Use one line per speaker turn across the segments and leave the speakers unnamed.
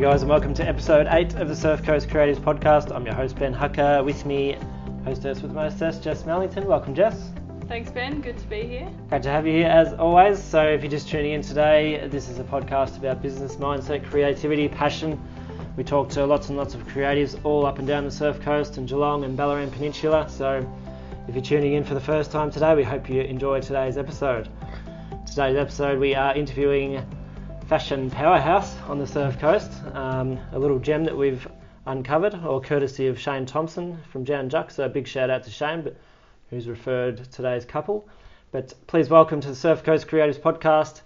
guys, and welcome to episode 8 of the Surf Coast Creators Podcast. I'm your host, Ben Hucker. With me, hostess with mostess, Jess Mellington. Welcome, Jess.
Thanks, Ben. Good to be here.
Great to have you here as always. So, if you're just tuning in today, this is a podcast about business mindset, creativity, passion. We talk to lots and lots of creatives all up and down the Surf Coast and Geelong and Ballarat Peninsula. So, if you're tuning in for the first time today, we hope you enjoy today's episode. Today's episode, we are interviewing fashion powerhouse on the Surf Coast, um, a little gem that we've uncovered, or courtesy of Shane Thompson from Jan Juck. So, a big shout out to Shane, but, who's referred today's couple. But please welcome to the Surf Coast Creators Podcast,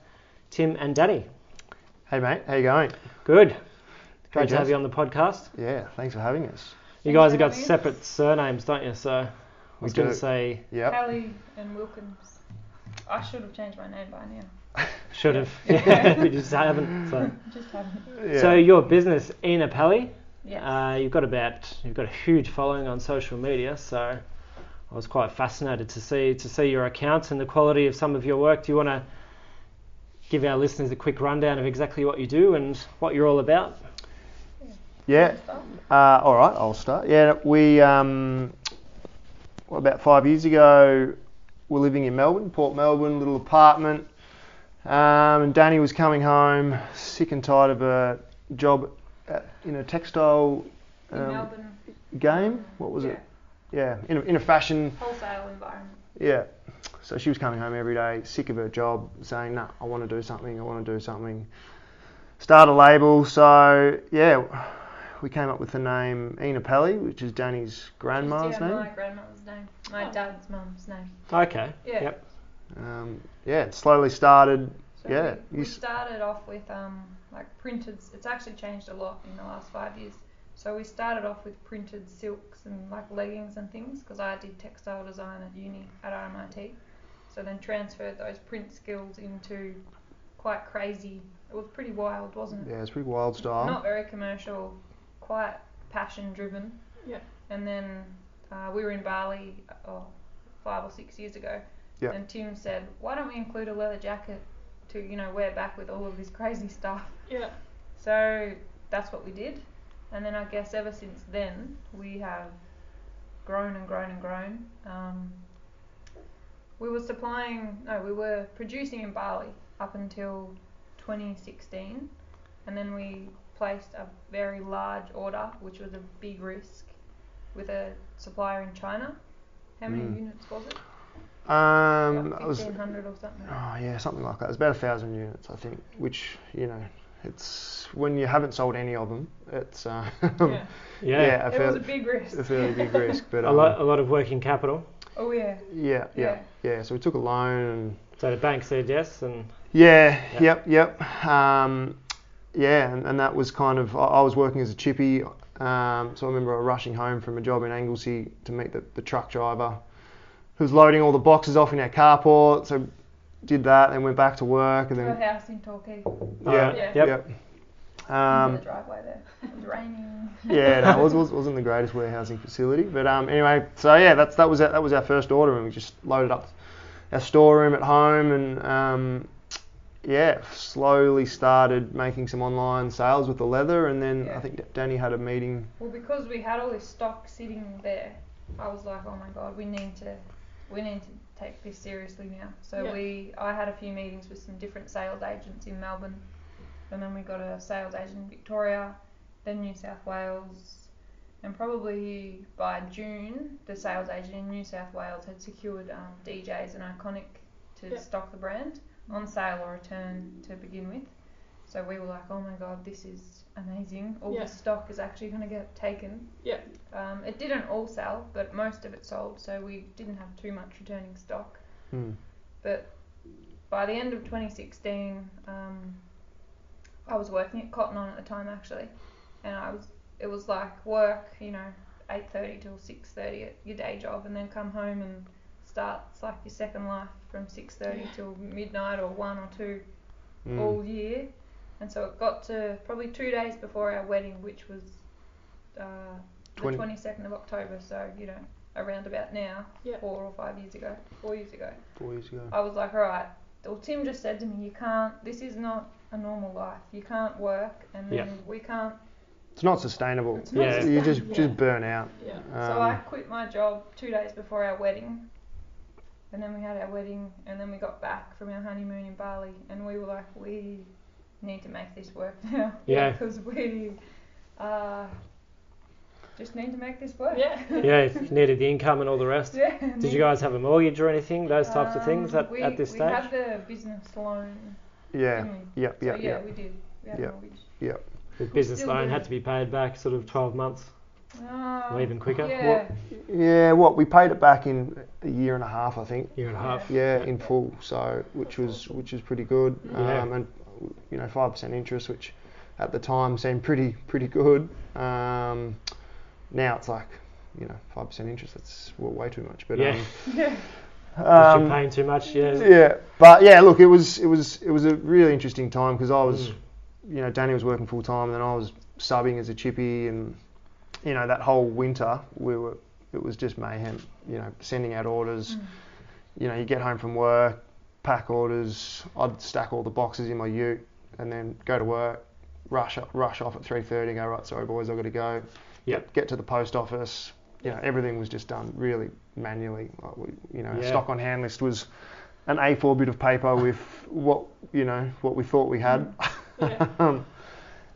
Tim and Danny.
Hey mate, how you going?
Good. Great to
Jess.
have you on the podcast.
Yeah, thanks for having us.
You guys have
Thanks for
got
having us.
separate surnames, don't you? So I was
do.
going to say,
Yep.
Kelly and Wilkins. I should have changed my name by now.
should have. Yeah, but you just haven't. So,
Just haven't.
Yeah.
so your business, Ina Pally,
Yes.
uh, you've got about you've got a huge following on social media. So I was quite fascinated to see to see your accounts and the quality of some of your work. Do you want to give our listeners a quick rundown of exactly what you do and what you're all about?
yeah.
Start.
Uh, all right, I'll start. Yeah, we um, what, about five years ago, we're living in Melbourne, Port Melbourne, little apartment, um, and Danny was coming home sick and tired of a job at, in a textile
In
um,
Melbourne.
game. What was
yeah,
it? Yeah, in a, in a fashion
Wholesale environment.
Yeah. So she was coming home every day, sick of her job, saying, "No, I want to do something. I want to do something." Start a label. So yeah, we came up with the name Ina Pally, which is Danny's grandma's
yeah,
name.
My grandmother's name. My
Oh.
dad's mum's name.
Okay.
Yeah.
Yep.
Um, yeah, it slowly started.
So
Yeah,
We,
you
we
s-
started off with um like printed. It's actually changed a lot in the last five years. So we started off with printed silks and like leggings and things because I did textile design at uni at RMIT. So then transferred those print skills into quite crazy. It was pretty wild, wasn't it?
Yeah, it's pretty wild style.
Not very commercial, quite passion driven.
Yeah.
And then uh, we were in Bali oh, five or six years ago.
Yeah.
And Tim said, why don't we include a leather jacket to, you know, wear back with all of this crazy stuff?
Yeah.
So that's what we did. And then I guess ever since then, we have grown and grown and grown. Um, we were supplying, no, we were producing in Bali up until 2016. And then we placed a very large order, which was a big risk, with a supplier in China. How many
Mm.
units was it?
um,
Like
I was,
1500 or something.
oh yeah, something like that. It's about a thousand units, I think. Which you know, it's when you haven't sold any of them, it's uh, yeah,
yeah.
Yeah.
a,
It was a
fair,
big risk.
a fairly big risk. But
A
um,
lot, a lot of working capital.
Oh, yeah.
yeah, yeah, yeah. So we took a loan and
So the bank said yes, and
Yeah,
Yeah.
yep, yep. Um, yeah, and, and that was kind of, I, I was working as a chippy. Um, so I remember rushing home from a job in Anglesey to meet the, the truck driver who's loading all the boxes off in our carport. So did that and went back to work and
To a
then,
house in Torquay.
yeah,
Alright,
Yeah.
uh, Yep.
yep.
Um, the
Um,
driveway there. It was raining.
yeah, no, it was, was, wasn't the greatest warehousing facility, but um, anyway, so yeah, that's that was our, that was our first order, and we just loaded up our storeroom at home, and um, yeah, slowly started making some online sales with the leather, and then
Yeah.
I think Danny had a meeting.
Well, because we had all this stock sitting there, I was like, oh my god, we need to, we need to take this seriously now. So
Yeah.
we, I had a few meetings with some different sales agents in Melbourne, and then we got a sales agent in Victoria, then New South Wales, and probably by June, the sales agent in New South Wales had secured um, DJs and Iconic to
Yeah.
stock the brand on sale or return to begin with. So we were like, oh my god, this is amazing. All
Yeah.
this stock is actually going to get taken.
Yeah.
Um, it didn't all sell, but most of it sold, so we didn't have too much returning stock.
Hmm.
But by the end of 2016, um, I was working at Cotton On at the time actually, and I was it was like work, you know, 8:30 till 6:30 at your day job, and then come home and start it's like your second life from 6:30
Yeah.
till midnight or one or two
Mm.
all year. And so it got to probably two days before our wedding, which was uh,
Twenty-
the 22nd of October. So, you know, around about now,
Yeah.
four or five years ago, four years ago. Oh.
Four years ago.
I was like, all right. Well, Tim just said to me, you can't, this is not a normal life. You can't work, and then we can't.
It's not sustainable.
It's not
Yeah.
You just
sustainable.
just burn out.
Yeah.
so
Um,
I quit my job two days before our wedding, and then we had our wedding, and then we got back from our honeymoon in Bali, and we were like, we need to make this work now.
Yeah.
Because we uh, just need to make this work.
Yeah.
Yeah, you needed the income and all the rest.
Yeah.
Did you guys have a mortgage or anything? Those types of things
Um,
at,
we,
at this
we
stage.
had the business loan.
yeah.
didn't we?
Yep.
So
Yep.
yeah,
Yep.
we did. We had
Yeah.
a mortgage.
The business
still
loan
do.
had to be paid back, sort of 12 months
Um,
or even quicker.
Yeah.
Yeah. What we paid it back in a year and a half, I think.
Year and a half.
Yeah, in full. So which was which was pretty good.
Yeah.
Um, and you know five percent interest, which at the time seemed pretty pretty good. Um, now it's like you know five percent interest. That's well, way too much. But
Yeah.
um,
Yeah.
If
um,
you're paying too much, yeah.
yeah, but yeah, look, it was it was it was a really interesting time because I was,
Mm.
you know, Danny was working full time, and then I was subbing as a chippy, and you know that whole winter we were it was just mayhem. You know, sending out orders.
Mm.
You know, you get home from work, pack orders. I'd stack all the boxes in my ute, and then go to work, rush up, rush off at 3:30, go right, sorry boys, I've got to go.
Yep.
Get, get to the post office. You know, everything was just done really manually. Like we, you know, a
Yeah.
stock on hand list was an A4 bit of paper with what you know what we thought we had. Um,
Yeah.
Mm.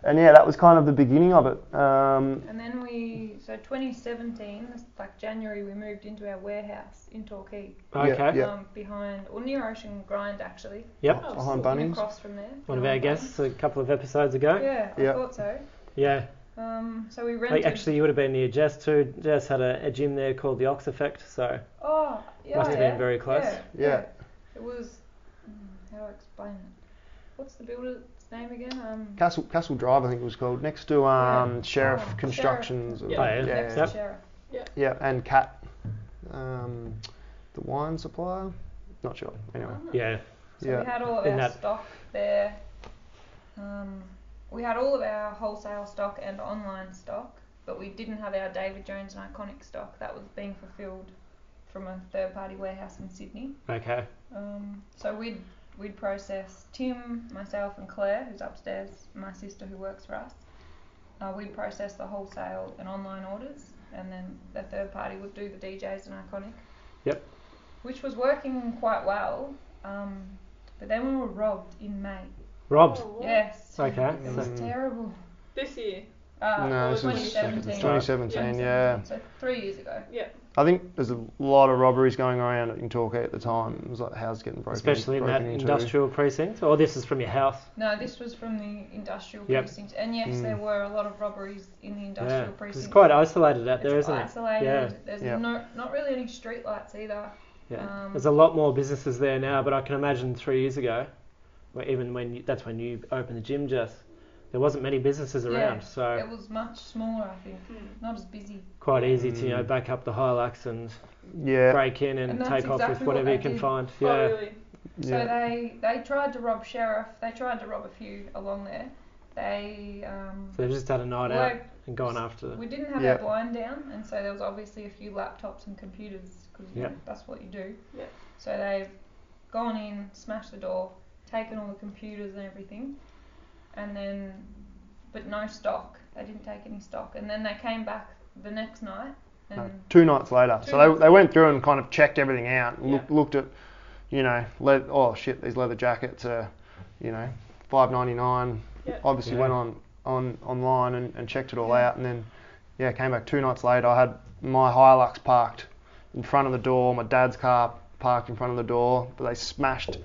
and yeah, that was kind of the beginning of it. Um,
And then we, so 2017, that's like January, we moved into our warehouse in Torquay,
Okay.
Yeah.
um, behind or near Ocean Grind actually,
Yep.
Oh,
behind
so-
Bunnings.
across from there.
One of our guests a couple of episodes ago.
Yeah, I
Yeah.
thought so.
Yeah.
Um, so we rented.
Like, actually, you would have been near Jess too. Jess had a, a gym there called the Ox Effect, so
oh, yeah,
must have
yeah,
been very close.
Yeah,
Yeah.
It was. mm, How do I explain it? What's the builder's name again? Um,
Castle Castle Drive, I think it was called, next to um, Sheriff
Sheriff.
Constructions.
Yeah.
Or,
Oh, yeah.
yeah,
next
yeah,
to Sheriff.
yeah, and Cat, um, the wine supplier. Not sure. Anyway,
Yeah.
So
yeah.
we had all of
In
our
that-
stock there. Um, we had all of our wholesale stock and online stock, but we didn't have our David Jones and Iconic stock. That was being fulfilled from a third party warehouse in Sydney.
Okay.
Um, so we'd we'd process Tim, myself, and Claire, who's upstairs, my sister who works for us. Uh, we'd process the wholesale and online orders, and then the third party would do the DJs and Iconic.
Yep.
Which was working quite well, um, but then we were robbed in May.
Robbed.
Oh, wow.
Yes.
Okay.
It was
Mm.
terrible.
This year.
Uh,
No, this was
2017.
2017. Yeah.
So three years ago.
Yeah.
I think there's a lot of robberies going around in Torquay at the time. It was like houses getting broken,
Especially in that
broken into.
industrial precinct. Or this is from your house.
No, this was from the industrial
Yep.
precinct, and yes,
Mm.
there were a lot of robberies in the
Yeah.
industrial
'Cause
precinct.
It's quite isolated out there,
it's
not it?
isolated.
Yeah.
There's
Yeah.
no, not really any street lights either.
Yeah.
Um,
There's a lot more businesses there now, but I can imagine three years ago, well, even when you, that's when you opened the gym, Jess, there wasn't many businesses
Yeah.
around, so
It was much smaller, I think.
Mm.
Not as busy.
quite easy to you know
Mm.
back up the Hilux and
Yeah,
break in and,
And that's
take off with
exactly what
whatever
they
you can
did.
find.
Oh,
Yeah.
really?
So
yeah,
they they tried to rob sheriff. They tried to rob a few along there. They um,
So they've just had a night out
were,
and gone after.
we didn't have
Yeah.
our blind down, and so there was obviously a few laptops and computers because
Yeah.
that's what you do.
Yeah.
So they've gone in, smashed the door, taken all the computers and everything, and then but no stock. They didn't take any stock, and then they came back the next night and.
no, two nights later.
Uh, Two
So they,
nights.
they went through and kind of checked everything out, and
Yeah.
look, looked at, you know, le- oh shit, these leather jackets are, you know, five ninety nine.
Yeah.
Obviously
Yeah.
went on on online and, and checked it all
Yeah.
out, and then yeah, came back two nights later. I had my Hilux parked in front of the door, my dad's car parked in front of the door, but they smashed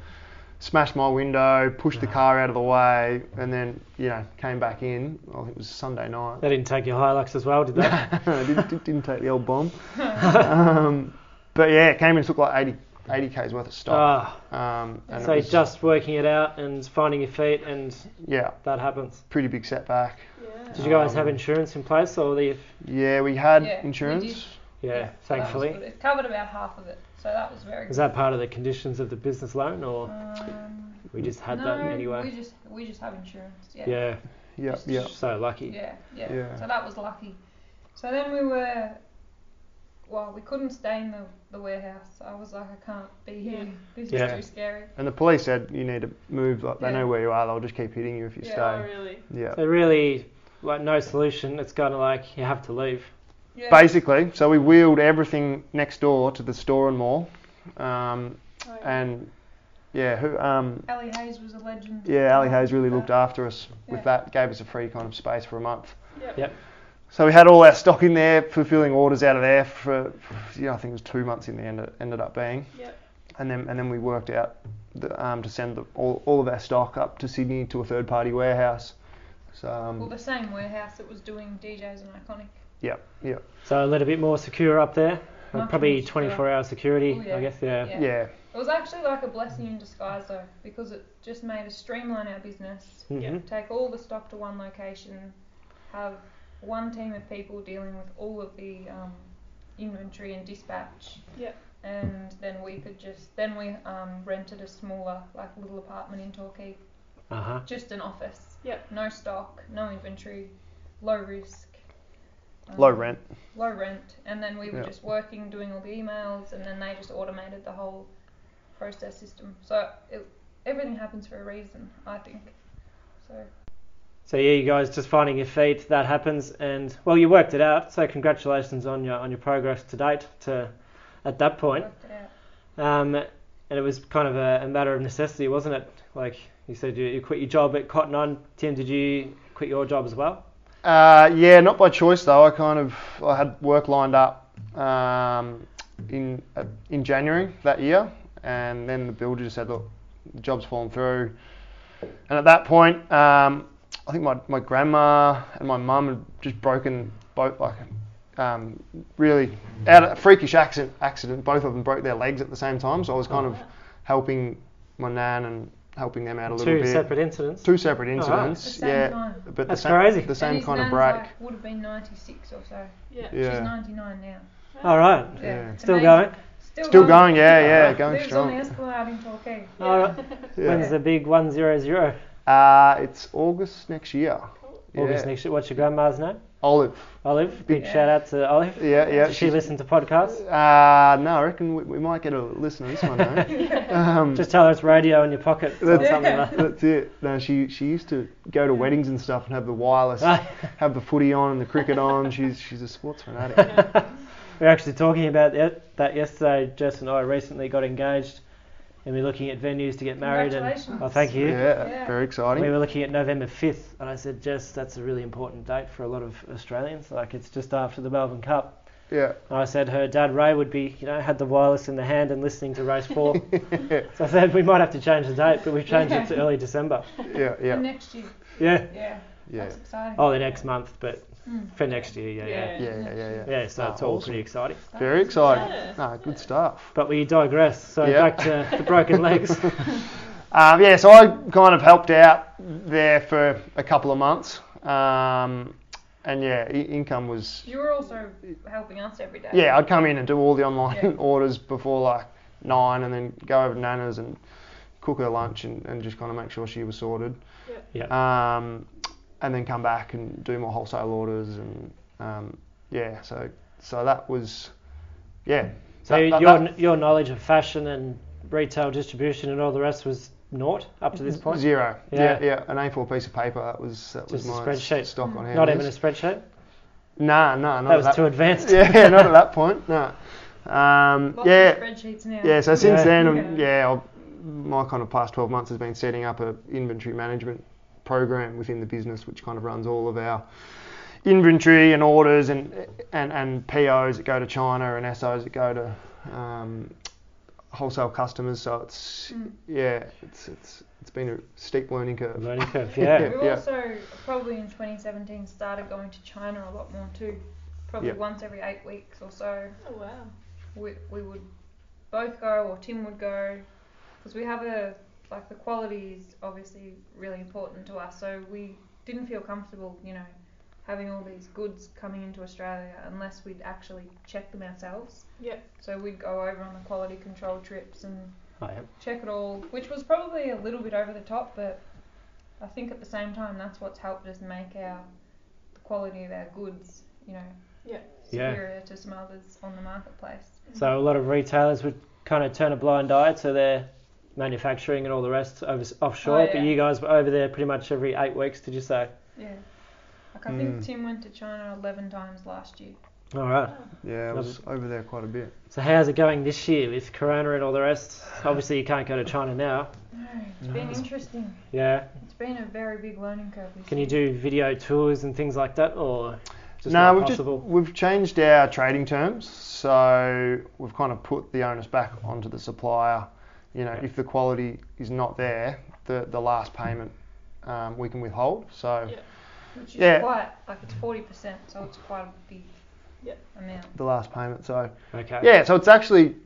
smashed my window, pushed the
Ah.
car out of the way, and then you know came back in. I think it was Sunday night.
They didn't take your Hilux as well, did they? Ah,
didn't, didn't- didn't take the old bomb. um, but yeah, it came in and took like 80, 80 k's worth of stock.
Ah,
um, and it
so
was-
just working it out and finding your feet, and
yeah,
that happens.
pretty big setback.
Yeah.
Did you guys have
Um,
insurance in place, or the
Yeah, we had
Yeah, we
insurance.
yeah,
Yeah, so that was
thankfully?
good. It covered about half of it, so that was very
Is
good.
that part of the conditions of the business loan, or
Um,
we just had
no,
that anyway?
we just we just have insurance. Yeah.
yeah.
Yeah,
Just-
yeah,
so lucky.
Yeah, yeah.
Yeah.
So that was lucky. So then we were well, we couldn't stay in the, the warehouse. I was like, I can't be here.
Yeah.
This is
Yeah.
too scary.
And the police said you need to move. Like they
Yeah.
know where you are. They'll just keep hitting you if you
Yeah,
Oh,
stay.
really?
Yeah.
So really, like no solution. It's kind of like you have to leave.
Yeah.
Basically, so we wheeled everything next door to the store and mall, um,
Oh, yeah.
and yeah, who, um,
Ali Hayes was a legend.
yeah, Ali Hayes really looked after us
Yeah.
with that. Gave us a free kind of space for a month.
Yep.
Yep.
So we had all our stock in there, fulfilling orders out of there for, for yeah, I think it was two months in the end. It ended up being,
Yep.
and then and then we worked out the, um, to send the, all, all of our stock up to Sydney to a third party warehouse. So um,
Well, the same warehouse that was doing DJs and Iconic.
So a little bit more secure up there. Like,
Much
probably
more secure.
24-hour security,
Oh, yeah.
I guess. Yeah.
Yeah.
yeah,
It was actually like a blessing in disguise though, because it just made us streamline our business,
Mhm.
Yeah.
take all the stock to one location, have one team of people dealing with all of the um, inventory and dispatch.
Yeah.
And then we could just then we um, rented a smaller like little apartment in Torquay,
Uh huh.
just an office.
Yeah.
No stock, no inventory, low risk. um,
low rent.
low rent, and then we were
Yeah.
just working, doing all the emails, and then they just automated the whole process system. So it, everything happens for a reason, I think. So
So yeah, you guys just finding your feet. That happens, and well, you worked it out. So congratulations on your on your progress to date. To at that
it
point,
worked it out.
um, and it was kind of a, a matter of necessity, wasn't it? Like you said, you, you quit your job at Cotton On. Tim, did you quit your job as well?
Uh, yeah, not by choice though. I kind of I had work lined up um, in uh, in January that year, and then the builder just said, look, the job's fallen through. And at that point, um, I think my, my grandma and my mum had just broken both like um, really out of a freakish accident. Accident. Both of them broke their legs at the same time, so I was
Oh.
kind of helping my nan and helping them out a little
Two
bit.
separate Oh, incidents.
Two separate
Alright.
At
incidents.
the same
yeah.
time.
But
That's
the same,
crazy.
The
And
same
and his
kind of
nan's,
break.
Like, would have been 96 or so.
Yeah.
She's
Yeah.
99 now.
All right.
Yeah.
Yeah.
it's
Still
amazing.
going.
Still going, yeah, yeah,
Alright.
going
Lives
strong.
on the Escalade in Torquay.
All right. When's
Yeah.
the big one zero zero?
Uh, it's August next year. Yeah.
August next year. What's your grandma's name?
Olive.
Olive. Big
Yeah.
shout out to Olive.
Yeah, yeah.
Does she
she's-
listen to podcasts?
Uh, no, I reckon we, we might get a listen to this one. though. um,
Just tell her it's radio in your pocket or
That's-
something like that.
that's it. No, she she used to go to weddings and stuff and have the wireless,
Ah.
have the footy on and the cricket on. She's she's a sports fanatic.
We were actually talking about that that yesterday. Jess and I recently got engaged, and we are looking at venues to get married. And
Congratulations.
oh, thank you.
Yeah,
Yeah.
very exciting.
We were looking at November 5th, and I said, Jess, that's a really important date for a lot of Australians. Like it's just after the Melbourne Cup.
yeah,
And I said her dad Ray would be, you know, had the wireless in the hand and listening to race four. so I said we might have to change the date, but we've changed it to early December.
yeah,
For
yeah,
Next year.
Yeah.
Yeah.
yeah,
That's exciting.
Oh, the next month, but
Mm.
for next year, yeah, yeah.
Yeah.
yeah, yeah, yeah.
Yeah, so
Ah,
it's all
awesome.
pretty exciting.
Very exciting.
Yeah.
No, good stuff.
But we digress. So
Yeah.
back to the broken legs.
Um, yeah, so I kind of helped out there for a couple of months, um, and yeah, I- income was
You were also helping us every day.
yeah. I'd come in and do all the online
Yeah.
orders before like nine, and then go over to Nana's and cook her lunch and, and just kind of make sure she was sorted.
Yeah.
Um, and then come back and do more wholesale orders and um, yeah, so so that was yeah.
So
That- that-
your
that-
your knowledge of fashion and retail distribution and all the rest was naught up to this point.
Zero.
Yeah.
Yeah. yeah, An A4 piece of paper. That was that
Just
was
a
my
spreadsheet.
stock on hand.
Not even a spreadsheet.
Nah, nah, not
that
at
was
that
too advanced.
yeah, not at that point. No. Um,
Lots of
yeah,
spreadsheets now.
yeah. So since
Yeah.
then, I'm,
Yeah.
yeah, I've, my kind of past 12 months has been setting up a inventory management program within the business, which kind of runs all of our inventory and orders and and, and POs that go to China and SOs that go to um, wholesale customers. So it's
Mm.
yeah, it's it's it's been a steep learning curve.
Learning curve. Yeah.
We
Yeah.
also probably in 2017 started going to China a lot more too. Probably
Yeah.
once every eight weeks or so,
Oh, wow.
we, we would both go or Tim would go because we have a like the quality is obviously really important to us. So we didn't feel comfortable, you know, having all these goods coming into Australia unless we'd actually check them ourselves.
Yeah.
So we'd go over on the quality control trips and
Oh, yeah.
check it all, which was probably a little bit over the top, but I think at the same time that's what's helped us make our the quality of our goods, you know,
Yeah.
superior to some others on the marketplace.
So a lot of retailers would kind of turn a blind eye to their manufacturing and all the rest over offshore,
Oh,
but
yeah.
you guys were over there pretty much every eight weeks, did you say?
Yeah. Like I
Hmm.
think
Mm.
Tim went to China 11 times last year.
All
Oh,
right.
Yeah, I was over there quite a bit.
So how's it going this year with Corona and all the rest? Obviously, you can't go to China now.
No, it's
No.
been interesting.
Yeah.
It's been a very big learning curve. This
Can
year.
you do video tours and things like that, or just
no,
not
we've
possible?
just we've changed our trading terms, so we've kind of put the onus back onto the supplier. You know,
Yeah.
if the quality is not there, the the last payment um, we can withhold. So
Yeah.
Which is
Yeah.
quite like it's forty percent, so it's quite a big
Yeah.
amount.
the last payment. So
Okay.
yeah, so it's actually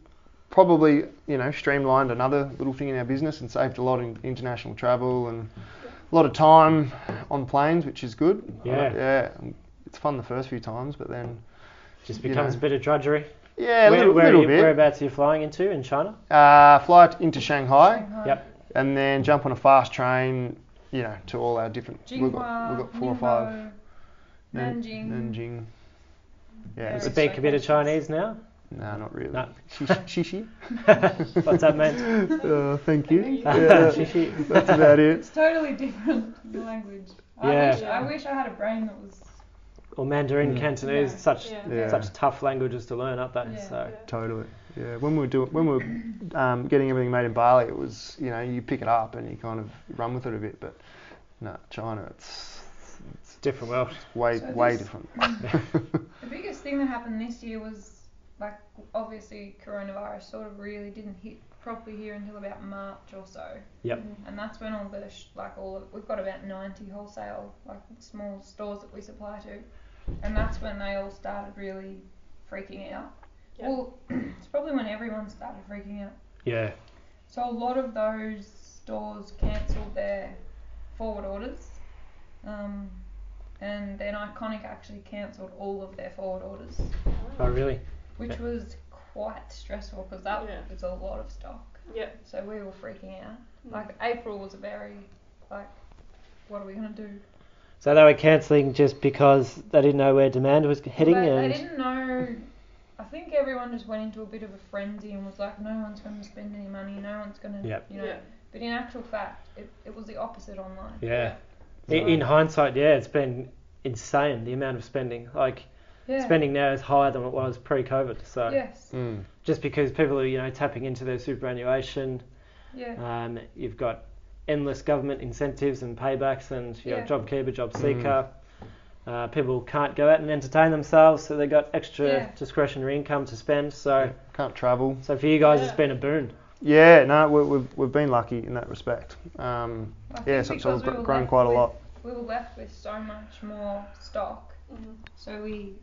probably you know streamlined another little thing in our business and saved a lot in international travel and a lot of time on planes, which is good.
Yeah.
yeah, it's fun the first few times, but then
Just
you
becomes
know.
a bit of drudgery.
yeah, a
where,
little,
where
little
are you,
bit.
Whereabouts are you flying into in China?
Uh, fly into Shanghai.
Shanghai,
Yep.
and then jump on a fast train, you know, to all our different. we've got,
Jinghua,
we've got four or
Ningbo,
five. Nan-
Nanjing.
Nanjing. Yeah,
You
it's
Very
speak a bit of
locations.
Chinese now.
no, not really.
No.
Shishi.
What's that meant?
Uh, thank you.
Thank you.
Yeah,
She- she-
that's about it.
It's totally different the language.
Yeah.
I wish, I wish I had a brain that was.
or Mandarin,
Mm.
Cantonese,
Yeah.
such
Yeah.
Yeah,
such tough languages to learn, aren't they?
Yeah.
So
totally. Yeah, when we were doing, when we were um, getting everything made in Bali, it was, you know, you pick it up and you kind of run with it a bit, but no, China, it's,
it's a different world.
it's way,
So
way
this-
different.
The biggest thing that happened this year was like obviously coronavirus sort of really didn't hit properly here until about March or so.
Yep.
and that's when all the sh- like all of, we've got about 90 wholesale like small stores that we supply to and that's when they all started really freaking out
Yeah.
well it's probably when everyone started freaking out
Yeah.
so a lot of those stores cancelled their forward orders um, and then iconic actually cancelled all of their forward orders
Mm-hmm.
Oh really?
which
Yeah.
was quite stressful because that
Yeah.
was a lot of stock
Yeah.
so we were freaking out like April was a very like what are we gonna do?
So they were cancelling just because they didn't know where demand was heading,
They, they
and
didn't know. I think everyone just went into a bit of a frenzy and was like, no one's gonna spend any money, no one's gonna,
Yep.
you know.
Mm-hmm. Yeah.
But in actual fact, it, it was the opposite online.
yeah. I-
Yeah.
In, hindsight, yeah, it's been insane the amount of spending. Like
Yeah.
spending uh, now is higher than it was pre-COVID. So
Yes.
Mm.
just because people are you know tapping into their superannuation,
Yeah.
um, you've got endless government incentives and paybacks, and you
Yeah.
know JobKeeper,
Mm.
JobSeeker. Uh, people can't go out and entertain themselves, so they've got extra
Yeah.
discretionary income to spend. So,
Yeah, Can't travel.
so for you guys,
Yeah.
it's been a boon.
Yeah, no, we, we've, we've been lucky in that respect. Um,
I think
yeah, so, so
because
we've
we
gr-
were
grown
left
quite a
with-
lot.
We were left with so much more stock,
Mhm.
so we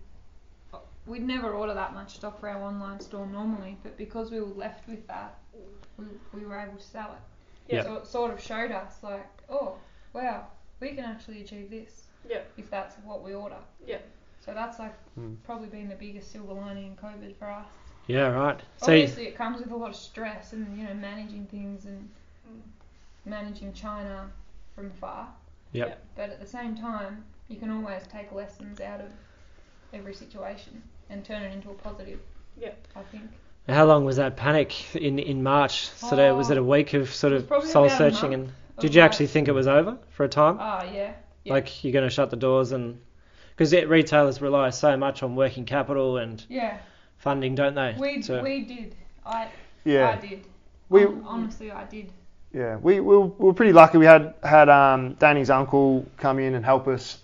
we'd never order that much stock for our online store normally, but because we were left with that, we, we were able to sell it.
Yeah.
So it sort of showed us like, oh, wow, we can actually achieve this.
Yeah.
If that's what we order.
Yeah.
So that's like
Hmm.
Mm.
probably been the biggest silver lining in COVID for us.
Yeah, right. So,
Obviously, it comes with a lot of stress and you know managing things and
Mm.
managing China from far.
Yep.
Yep.
But at the same time, you can always take lessons out of every situation and turn it into a positive.
Yeah.
I think.
how long was that panic in in March? So there- was it a week of sort
It was
of
probably
soul
about a
searching? And did you actually think it was over for a time?
Ah, yeah. yeah.
Like you're going to shut the doors and because retailers rely so much on working capital and
Yeah.
funding, don't they?
We
So-
we did. I
Yeah,
I did.
we
Hon- honestly I did.
yeah we, we, were, we were pretty lucky. We had had um, Danny's uncle come in and help us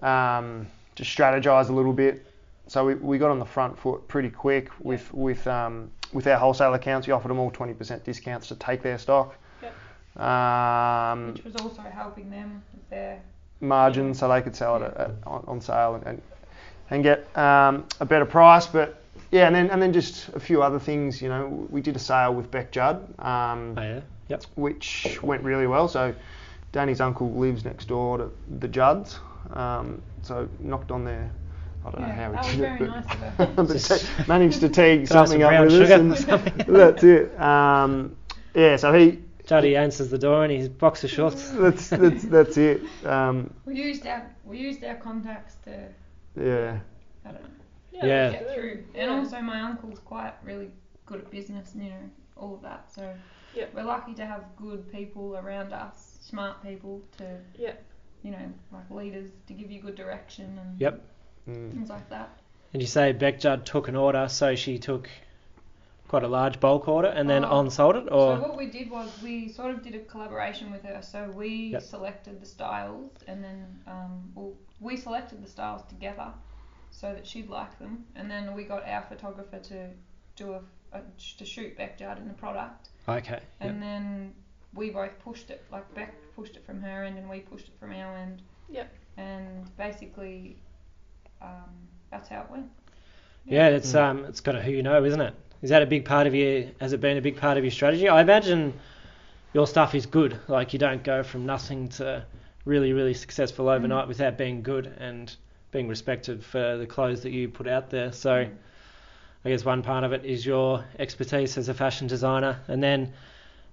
um, to strategize a little bit. So we, we got on the front foot pretty quick with with um, with our wholesale accounts. We offered them all 20% discounts to take their stock. Um,
which was also helping them with their
margin so they could sell it at, at, on, on sale and, and, and get um, a better price. But yeah, and then and then just a few other things. You know, we did a sale with Beck Judd, um,
Oh, yeah.
which went really well. So Danny's uncle lives next door to the Judds, um, so knocked on their. I don't know
yeah,
how we
that was
did
very
it, but,
nice of her.
but
Just-
managed to tee
Got us
something
some
up
brown
with
sugar or
us, and that's it. Um, yeah, so he
Juddy answers the door in his boxer shorts.
that's that's that's it. Um,
We used our we used our contacts to
yeah,
I don't know.
Yeah.
get through. And also, my uncle's quite really good at business, and, you know, all of that. So
Yeah.
we're lucky to have good people around us, smart people to,
Yeah.
you know, like leaders to give you good direction and
Yep.
Mm.
things like that.
And you say Beckjud took an order, so she took quite a large bulk order and then
Oh.
on-sold it, or
So what we did was we sort of did a collaboration with her. So we
Yep.
selected the styles, and then um, well, we selected the styles together, so that she'd like them. And then we got our photographer to do a, a to shoot backyard in the product.
okay,
And then we both pushed it, like Beck pushed it from her end, and we pushed it from our end.
Yep.
And basically, um, that's how it went.
yeah, it's
Mm.
um, it's got a who you know, isn't it? Is that a big part of your? Has it been a big part of your strategy? I imagine your stuff is good. Like you don't go from nothing to really, really successful
Hmm.
overnight without being good and being respected for the clothes that you put out there. So. I guess one part of it is your expertise as a fashion designer, and then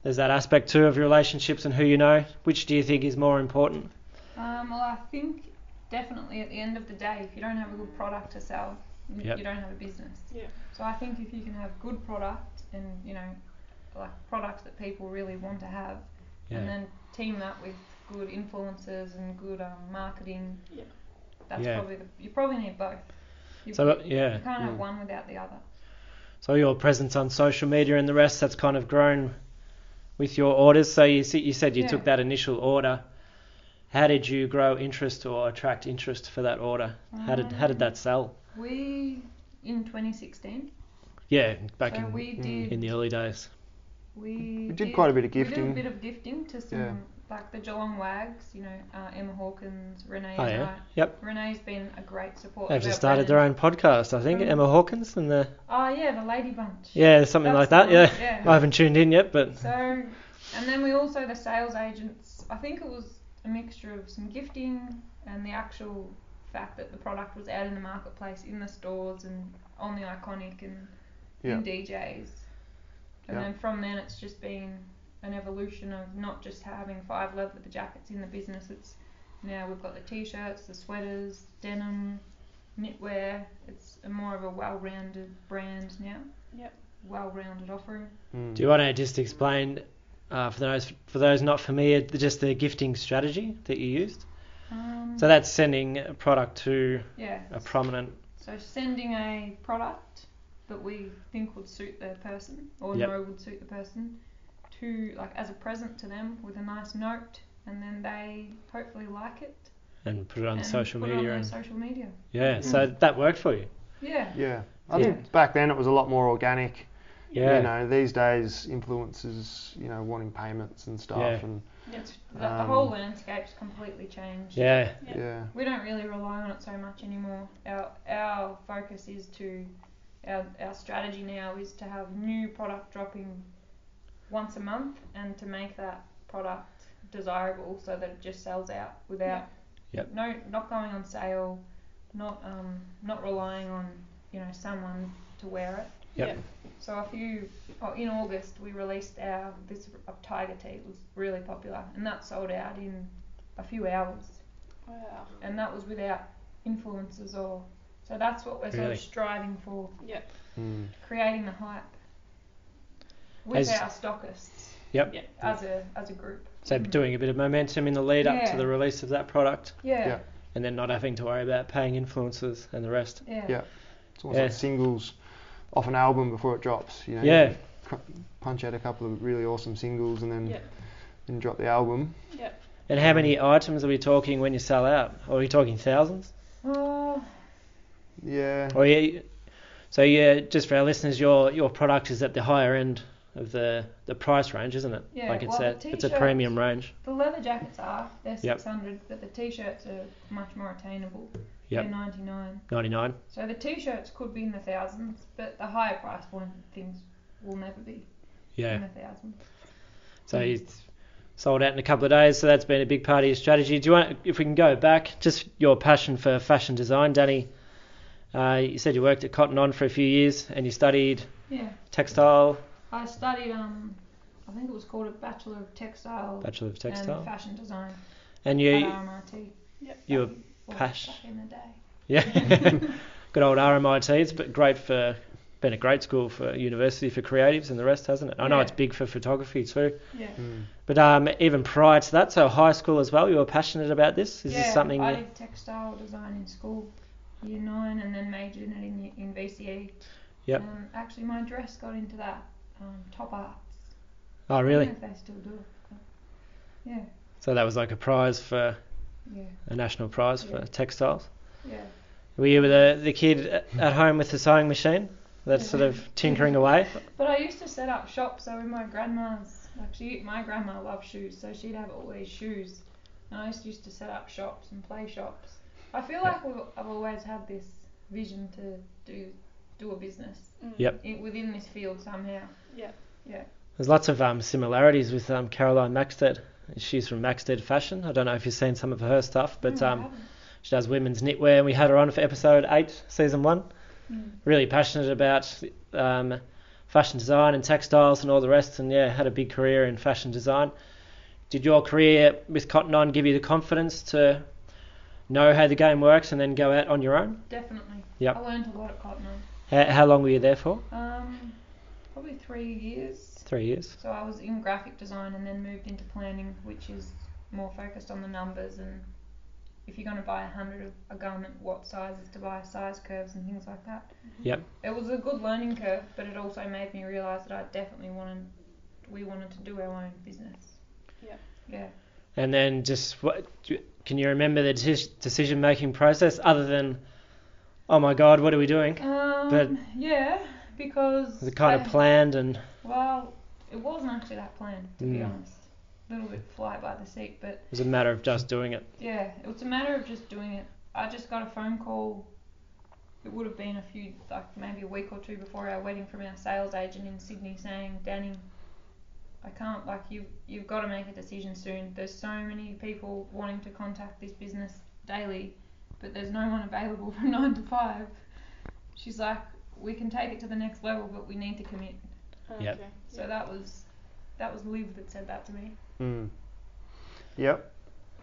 there's that aspect too of your relationships and who you know. Which do you think is more important?
Um, well, I think definitely at the end of the day, if you don't have a good product to sell, you-
Yep.
you don't have a business.
Yeah.
So I think if you can have good product and you know, like products that people really want to have, and then team that with good influencers and good um, marketing,
Yeah.
that's
Yeah.
probably the, you probably need both. You,
So uh,
you
yeah.
can't have
Mm.
one without the other.
So your presence on social media and the rest that's kind of grown with your orders. So you see, you said you
Yeah.
took that initial order. How did you grow interest or attract interest for that order? How did how did that sell?
Um, We in 2016.
Yeah, back
so
in
we
mm,
did
in the early days.
We,
We did quite a bit of
We
gifting.
did a bit of gifting to some,
Yeah.
like the Geelong Wags, you know, uh, Emma Hawkins, Renee.
Oh
and
yeah,
I.
yep.
Renee's been a great support.
They've
of
just
our
started their
brand.
own podcast, I think.
Mm.
Emma Hawkins and the
Oh yeah, the Lady Bunch.
yeah something
That's
like that.
the
Yeah.
one, yeah.
I haven't tuned in yet, but
So, and then we also the sales agents. I think it was a mixture of some gifting and the actual fact that the product was out in the marketplace, in the stores, and on the iconic and
Yeah.
in DJs. And
Yeah.
then from then, it's just been an evolution of not just having five love with the jackets in the business. It's now we've got the t-shirts, the sweaters, denim, knitwear. It's a more of a well-rounded brand now.
Yep.
Well-rounded offering.
Mm.
do you want to just explain uh, for those for those not familiar just the gifting strategy that you used?
Um,
So that's sending a product to
yeah.
a prominent.
So sending a product that we think would suit the person or
Yep.
know would suit the person to like as a present to them with a nice note, and then they hopefully like it
And put it on
and
social
put it on
media
their
and
social media.
yeah, so that worked for you.
Yeah.
Yeah. I
Yeah.
think back then it was a lot more organic.
Yeah,
You know, these days influencers, you know, wanting payments and stuff
Yeah.
and
It's, the, the whole
Um,
landscape's completely changed.
yeah,
Yeah.
yeah.
We don't really rely on it so much anymore. Our our focus is to our our strategy now is to have new product dropping once a month and to make that product desirable so that it just sells out without
Yeah. Yep.
no not going on sale, not um not relying on you know someone to wear it.
Yep.
So a few oh, in August we released our this uh, tiger tea it was really popular and that sold out in a few hours
Wow.
and that was without influences or so that's what we're sort
Really?
of striving for
Yeah.
Mm.
creating the hype with
As-
our stockists
Yep.
Yeah.
as a as a group
So doing a bit of momentum in the lead up
Yeah.
to the release of that product,
yeah
Yeah.
yeah,
and then not having to worry about paying influencers and the rest.
Yeah. It's almost
Yeah.
like singles off an album before it drops, you know. you
Yeah,
punch out a couple of really awesome singles and then
Yeah.
then drop the album.
and how many items are we talking when you sell out? Are we talking thousands?
Oh,
Yeah.
Oh yeah. So yeah, just for our listeners, your your product is at the higher end of the the price range, isn't it?
Yeah,
Like it's
well,
a
the
it's a
t-shirts-
premium range.
the leather jackets are they're
Yep.
600 but the t-shirts are much more attainable
Yep.
they're 99
Ninety nine.
so the t-shirts could be in the thousands but the higher price point things will never be in
Yeah.
the thousands
So you sold out in a couple of days. So that's been a big part of your strategy. Do you want if we can go back, just your passion for fashion design, Danny? Uh, you said you worked at Cotton On for a few years and you studied
yeah
textile,
I studied um I think it was called a bachelor of textile
bachelor of
and
textile,
fashion design
and
at
you
RMIT.
you were
Well,
Pash.
Back in the day.
yeah. good old RMITs, but great for been a great school for university for creatives and the rest, hasn't it? I know
Yeah.
it's big for photography too.
Yeah.
Mm.
But um, even prior to that, so high school as well, you were passionate about this. Is
yeah,
this something?
I
That,
did textile design in school, year nine, and then majored in it in, in VCE.
Yep.
Um, actually, my dress got into that um, top arts.
oh,
I don't
really?
know if they still do it. but- Yeah,
So that was like a prize for
yeah,
a national prize for
Yeah.
textiles.
yeah.
Were you the the kid at- at home with the sewing machine? That's sort of tinkering away.
But I used to set up shops. So in my grandma's, like she, my grandma loved shoes, so she'd have all these shoes, and I just used to set up shops and play shops. I feel like we've, I've always had this vision to do do a business
Mm.
Yep.
in, within this field somehow.
Yep.
There's lots of um, similarities with um, Caroline Maxted. She's from Maxted Fashion. I don't know if you've seen some of her stuff, but
Mm, I
um,
haven't.
she does women's knitwear, and we had her on for episode eight, season one.
Mm.
Really passionate about um, fashion design and textiles and all the rest, and yeah, had a big career in fashion design. Did your career with Cotton On give you the confidence to know how the game works and then go out on your own?
definitely.
Yep.
I learned a lot at Cotton On.
How, how long were you there for?
Um, probably three years.
Three years.
So I was in graphic design and then moved into planning, which is more focused on the numbers and if you're going to buy a hundred of a garment, what sizes to buy, size curves and things like that.
Mm-hmm.
Yep.
It was a good learning curve, but it also made me realise that I definitely wanted, we wanted to do our own business.
Yep.
Yeah.
And then just what do- can you remember the decision making process other than, oh my God, what are we doing?
Um,
But-
yeah, because
Was it kind of
I-
planned and
Well, it wasn't actually that planned, to be
Mm.
honest. A little bit fly by the seat, but
was it a matter of just doing it?
yeah, it was a matter of just doing it. I just got a phone call. It would have been a few, like maybe a week or two before our wedding, from our sales agent in Sydney saying, "Danny, I can't. Like you, you've got to make a decision soon. There's so many people wanting to contact this business daily, but there's no one available from nine to five. She's like, "We can take it to the next level, but we need to commit."
Yep.
Okay.
So that was that was Liv that said that to me.
Mm. Yep.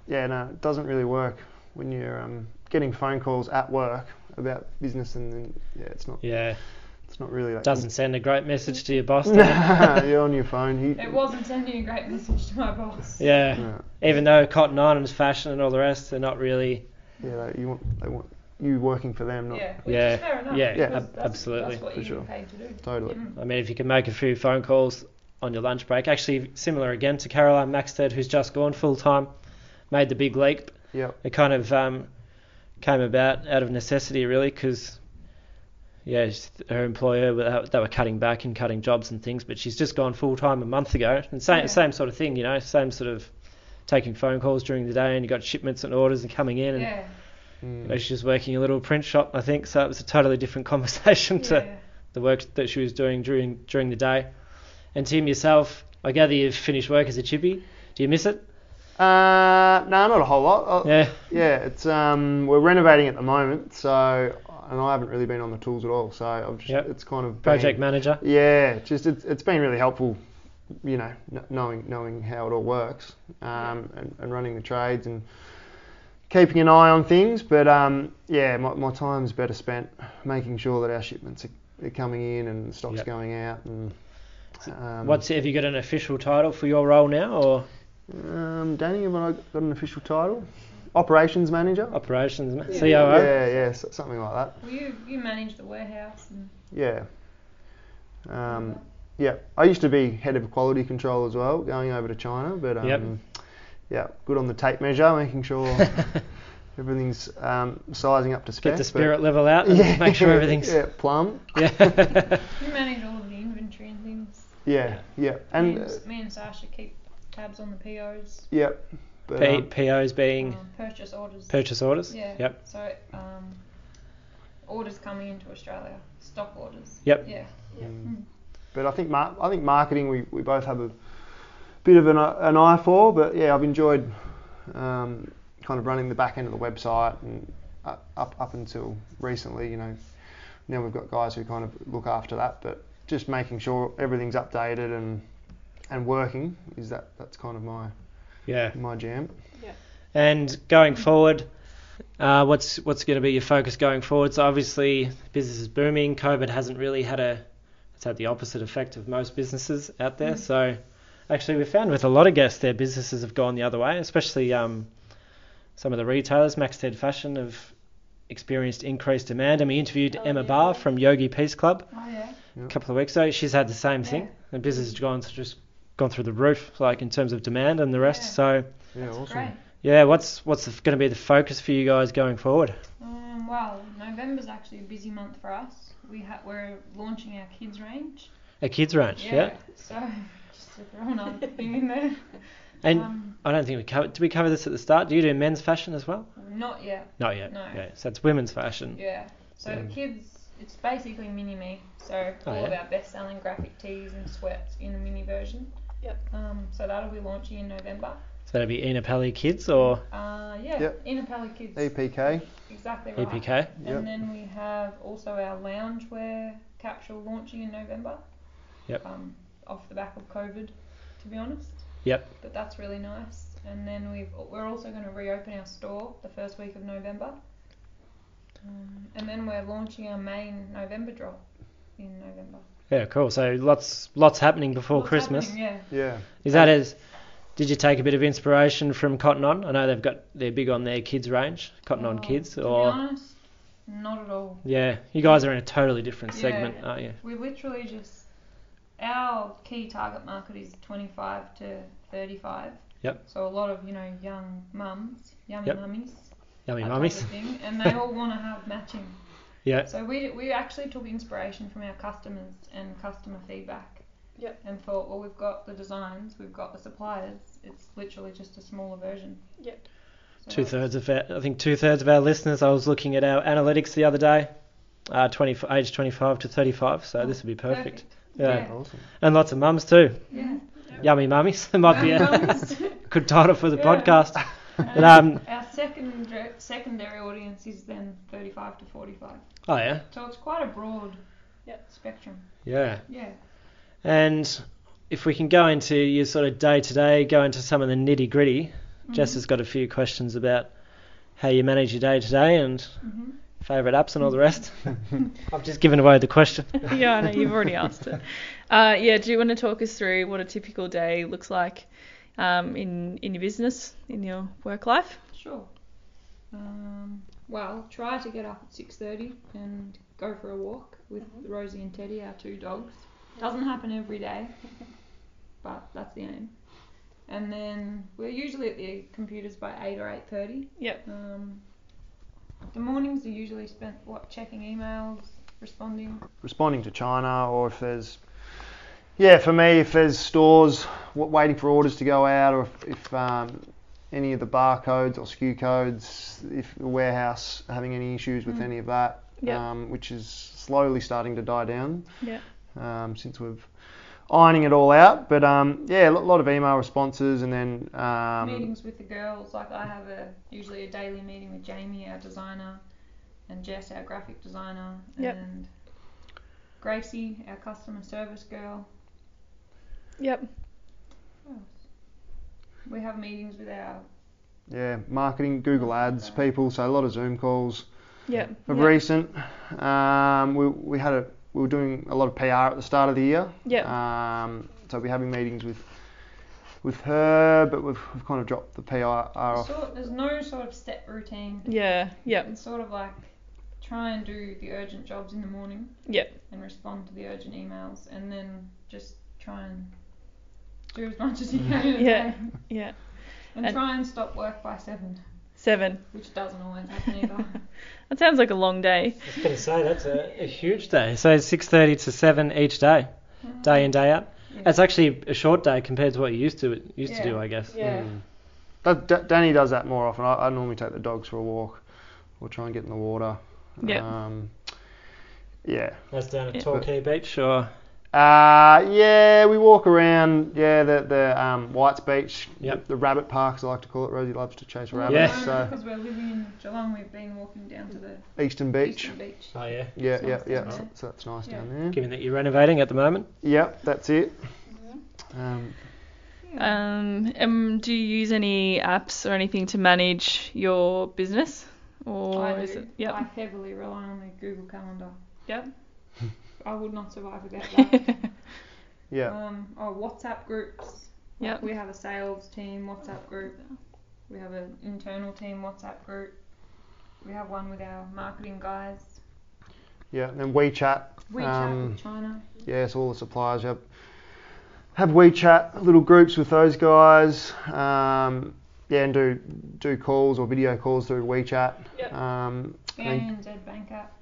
Yeah, no, it doesn't really work when you're um, getting phone calls at work about business, and then yeah, it's not
Yeah,
it's not really that.
doesn't send a great message to your boss. does it?
Nah, you're on your phone. He,
It wasn't sending a great message to my boss.
yeah,
Yeah,
even though Cotton On and fashion and all the rest, they're not really.
yeah, they, you want they want you working for them, not
Yeah, which
Yeah,
is fair enough.
yeah,
Yeah.
because
ab-
that's-
absolutely,
That's what
for
you
sure.
get paid to do.
totally.
Mm.
I mean, if you can make a few phone calls on your lunch break, actually similar again to Caroline Maxted, who's just gone full time, made the big leap.
Yep.
It kind of um, came about out of necessity, really, because yeah, she's- her employer they- they were cutting back and cutting jobs and things, but she's just gone full time a month ago, and same
Yeah.
same sort of thing, you know, same sort of taking phone calls during the day, and you got shipments and orders and coming in, and
Yeah,
Hmm.
you know, she's just working a little print shop, I think, so it was a totally different conversation to
yeah.
the work that she was doing during during the day. And Tim, yourself, I gather you've finished work as a chippy. Do you miss it?
Uh, no, not a whole lot. Uh,
Yeah.
yeah, it's um, we're renovating at the moment, so and I haven't really been on the tools at all, so I've just,
Yep.
it's kind of
Project
been-
manager.
Yeah, just it's, it's been really helpful, you know, kn- knowing knowing how it all works um, and, and running the trades and keeping an eye on things. But um, yeah, my, my time's better spent making sure that our shipments are, are coming in and stock's
Yep.
going out. And um,
What's have you got an official title for your role now, or
um, Danny? Have I got an official title? Operations manager.
operations ma-
Yeah.
COO?
Yeah, yeah, so- something like that.
Well, you you manage the warehouse and
Yeah. Um, yeah, I used to be head of quality control as well, going over to China, but um,
Yep.
yeah, good on the tape measure, making sure everything's um, sizing up to spec.
Get the
but-
spirit level out and make sure everything's.
yeah plumb.
Yeah.
you manage all of the inventory and things.
Yeah, yeah,
me,
and uh,
and, me and Sasha keep tabs on the POs,
yeah, but
P-
um,
POs being
um, purchase orders.
purchase orders.
Yeah.
Yep.
So um, orders coming into Australia, stock orders.
Yep.
Yeah. Hmm.
Yeah.
mm. but I think mar- I think marketing we, we both have a bit of an, eye- an eye for, but yeah, I've enjoyed um, kind of running the back end of the website and u- up up until recently, you know, now we've got guys who kind of look after that, but just making sure everything's updated and and working is that that's kind of my
Yeah.
my jam.
And going forward, Uh, what's what's going to be your focus going forward? So obviously business is booming. COVID hasn't really had a it's had the opposite effect of most businesses out there.
Mm.
So actually, we found with a lot of guests, their businesses have gone the other way, especially um, some of the retailers. Maxted Fashion have experienced increased demand. And we interviewed
Oh,
Emma
yeah.
Barr from Yogi Peace Club
Oh yeah.
a couple of weeks ago. She's had the same thing.
Yeah.
The business has gone just gone through the roof, like in terms of demand and the rest.
Yeah.
So
Yeah, awesome.
Great.
yeah, what's what's going to be the focus for you guys going forward?
Um, well, November's actually a busy month for us. We ha- we're launching our kids range.
A kids ranch, yeah.
So just to throw another thing in there.
And
um,
I don't think we covered. Did we cover this at the start? Do you do men's fashion as well?
not yet.
Not yet.
No.
Yeah. So it's women's fashion.
Yeah. So
Um,
kids, it's basically mini me. So
Oh,
all of
yeah.
our best-selling graphic tees and sweats in a mini version.
Yep.
Um, so that'll be launching in November.
So that'd be Ina Pelly Kids or
Uh, yeah.
Yep.
Inapelli kids.
EPK.
Exactly right.
EPK.
E Yep.
And then we have also our loungewear capsule launching in November.
Yep.
Um, off the back of COVID, to be honest.
Yep.
But that's really nice. And then we've we're also going to reopen our store the first week of November. Um, and then we're launching our main November drop in November.
Yeah, cool. So lots lots happening before
What's
Christmas.
happening,
Yeah.
Is that as did you take a bit of inspiration from Cotton On? I know they've got they're big on their kids range,
Yeah.
Cotton On
Oh,
Kids
To
or
be honest, not at all.
Yeah, you guys are in a totally different
Yeah.
segment, aren't you?
We literally just our key target market is 25 to 35.
Yep.
So a lot of you know young mums, yummy
Yep.
mummies,
Yummy
that type
mummies.
of thing, and they all want to have matching.
Yeah,
So we we actually took inspiration from our customers and customer feedback.
Yep.
And thought, well, we've got the designs, we've got the suppliers. It's literally just a smaller version.
Yep.
So
two
that's-
thirds of our, I think two thirds of our listeners. I was looking at our analytics the other day, uh, 20, f- age 25 to 35, so this would be perfect. Yeah.
Yeah.
Awesome.
and lots of mums too.
Yeah.
Yummy mummies. It might be a good title for the
Yeah.
podcast.
And
But, um,
our secondary secondary audience is then 35 to 45.
oh yeah,
So it's quite a broad
Yep.
spectrum.
yeah.
Yeah.
And if we can go into your sort of day to day, go into some of the nitty gritty.
Mm-hmm.
Jess has got a few questions about how you manage your day to day and
hmm
favourite apps and all the rest. I've just given away the question.
yeah, I know you've already asked it. Uh, yeah, do you want to talk us through what a typical day looks like um, in in your business, in your work life?
Sure. Um, well, try to get up at 6:30 and go for a walk with
Mhm.
Rosie and Teddy, our two dogs. Doesn't happen every day, but that's the aim. And then we're usually at the computers by 8 or 8:30.
Yep.
Um, the mornings are usually spent what checking emails, responding.
responding to China or if there's yeah for me if there's stores wa- waiting for orders to go out or if, if um, any of the barcodes or SKU codes if the warehouse having any issues with
Mm.
any of that
Yep.
um, which is slowly starting to die down
Yep.
um, since we've ironing it all out but um, yeah a lo- lot of email responses and then um,
meetings with the girls. Like I have a usually a daily meeting with Jamie, our designer, and Jess, our graphic designer,
Yep.
and Gracie, our customer service girl.
Yep.
Who else? We have meetings with our
yeah marketing Google ads people so a lot of Zoom calls
Yep.
of
yep.
recent. Um, we, we had a we were doing a lot of PR at the start of the year.
Yep.
Um, so we're having meetings with with her, but we've, we've kind of dropped the PR off.
sort. There's no sort of set routine.
Oh. yeah. Yep.
It's sort of like try and do the urgent jobs in the morning.
Yep.
And respond to the urgent emails, and then just try and do as much as you can. in a
Yeah.
day.
Yeah.
And,
And-
try and stop work by seven,
Seven.
which doesn't always happen either.
That sounds like a long day.
I was going to say that's a, a huge day. So it's 6:30 to 7 each day, day in day out.
Oh. Yeah.
It's actually a short day compared to what you used to used to
Yeah.
do, I guess.
Yeah.
Mm. That, D- Danny does that more often. I, I normally take the dogs for a walk or try and get in the water.
Yep.
Um, yeah.
That's down at
Yeah.
Torquay Beach, or
Uh, yeah, we walk around. Yeah, the the um, Whites Beach,
Yep.
the, rabbit park, as I like to call it. Rosie loves to chase
Well,
rabbits.
Yeah.
So
Because we're living in Geelong, we've been walking down to the
Eastern Beach. Uh,
eastern beach.
oh yeah,
Yeah,
It's
yeah,
nice down
yeah.
there.
So, so that's nice
Yeah.
down there.
given that you're renovating at the moment.
Yep, that's it. Um,
Um,
Yeah.
Um, um, do you use any apps or anything to manage your business? Or
I
is
do.
it? Yep.
I heavily rely on the Google Calendar.
Yep.
I would not survive without that.
Yeah.
um, oh, WhatsApp groups.
Yep.
We have a sales team WhatsApp group. We have an internal team WhatsApp group. We have one with our marketing guys.
Yeah. And then WeChat.
WeChat
Um,
with China.
Yes, all the suppliers have have WeChat little groups with those guys. Um, yeah, and do do calls or video calls through WeChat.
Yep.
Um,
The
I think-
ANZ Bank app.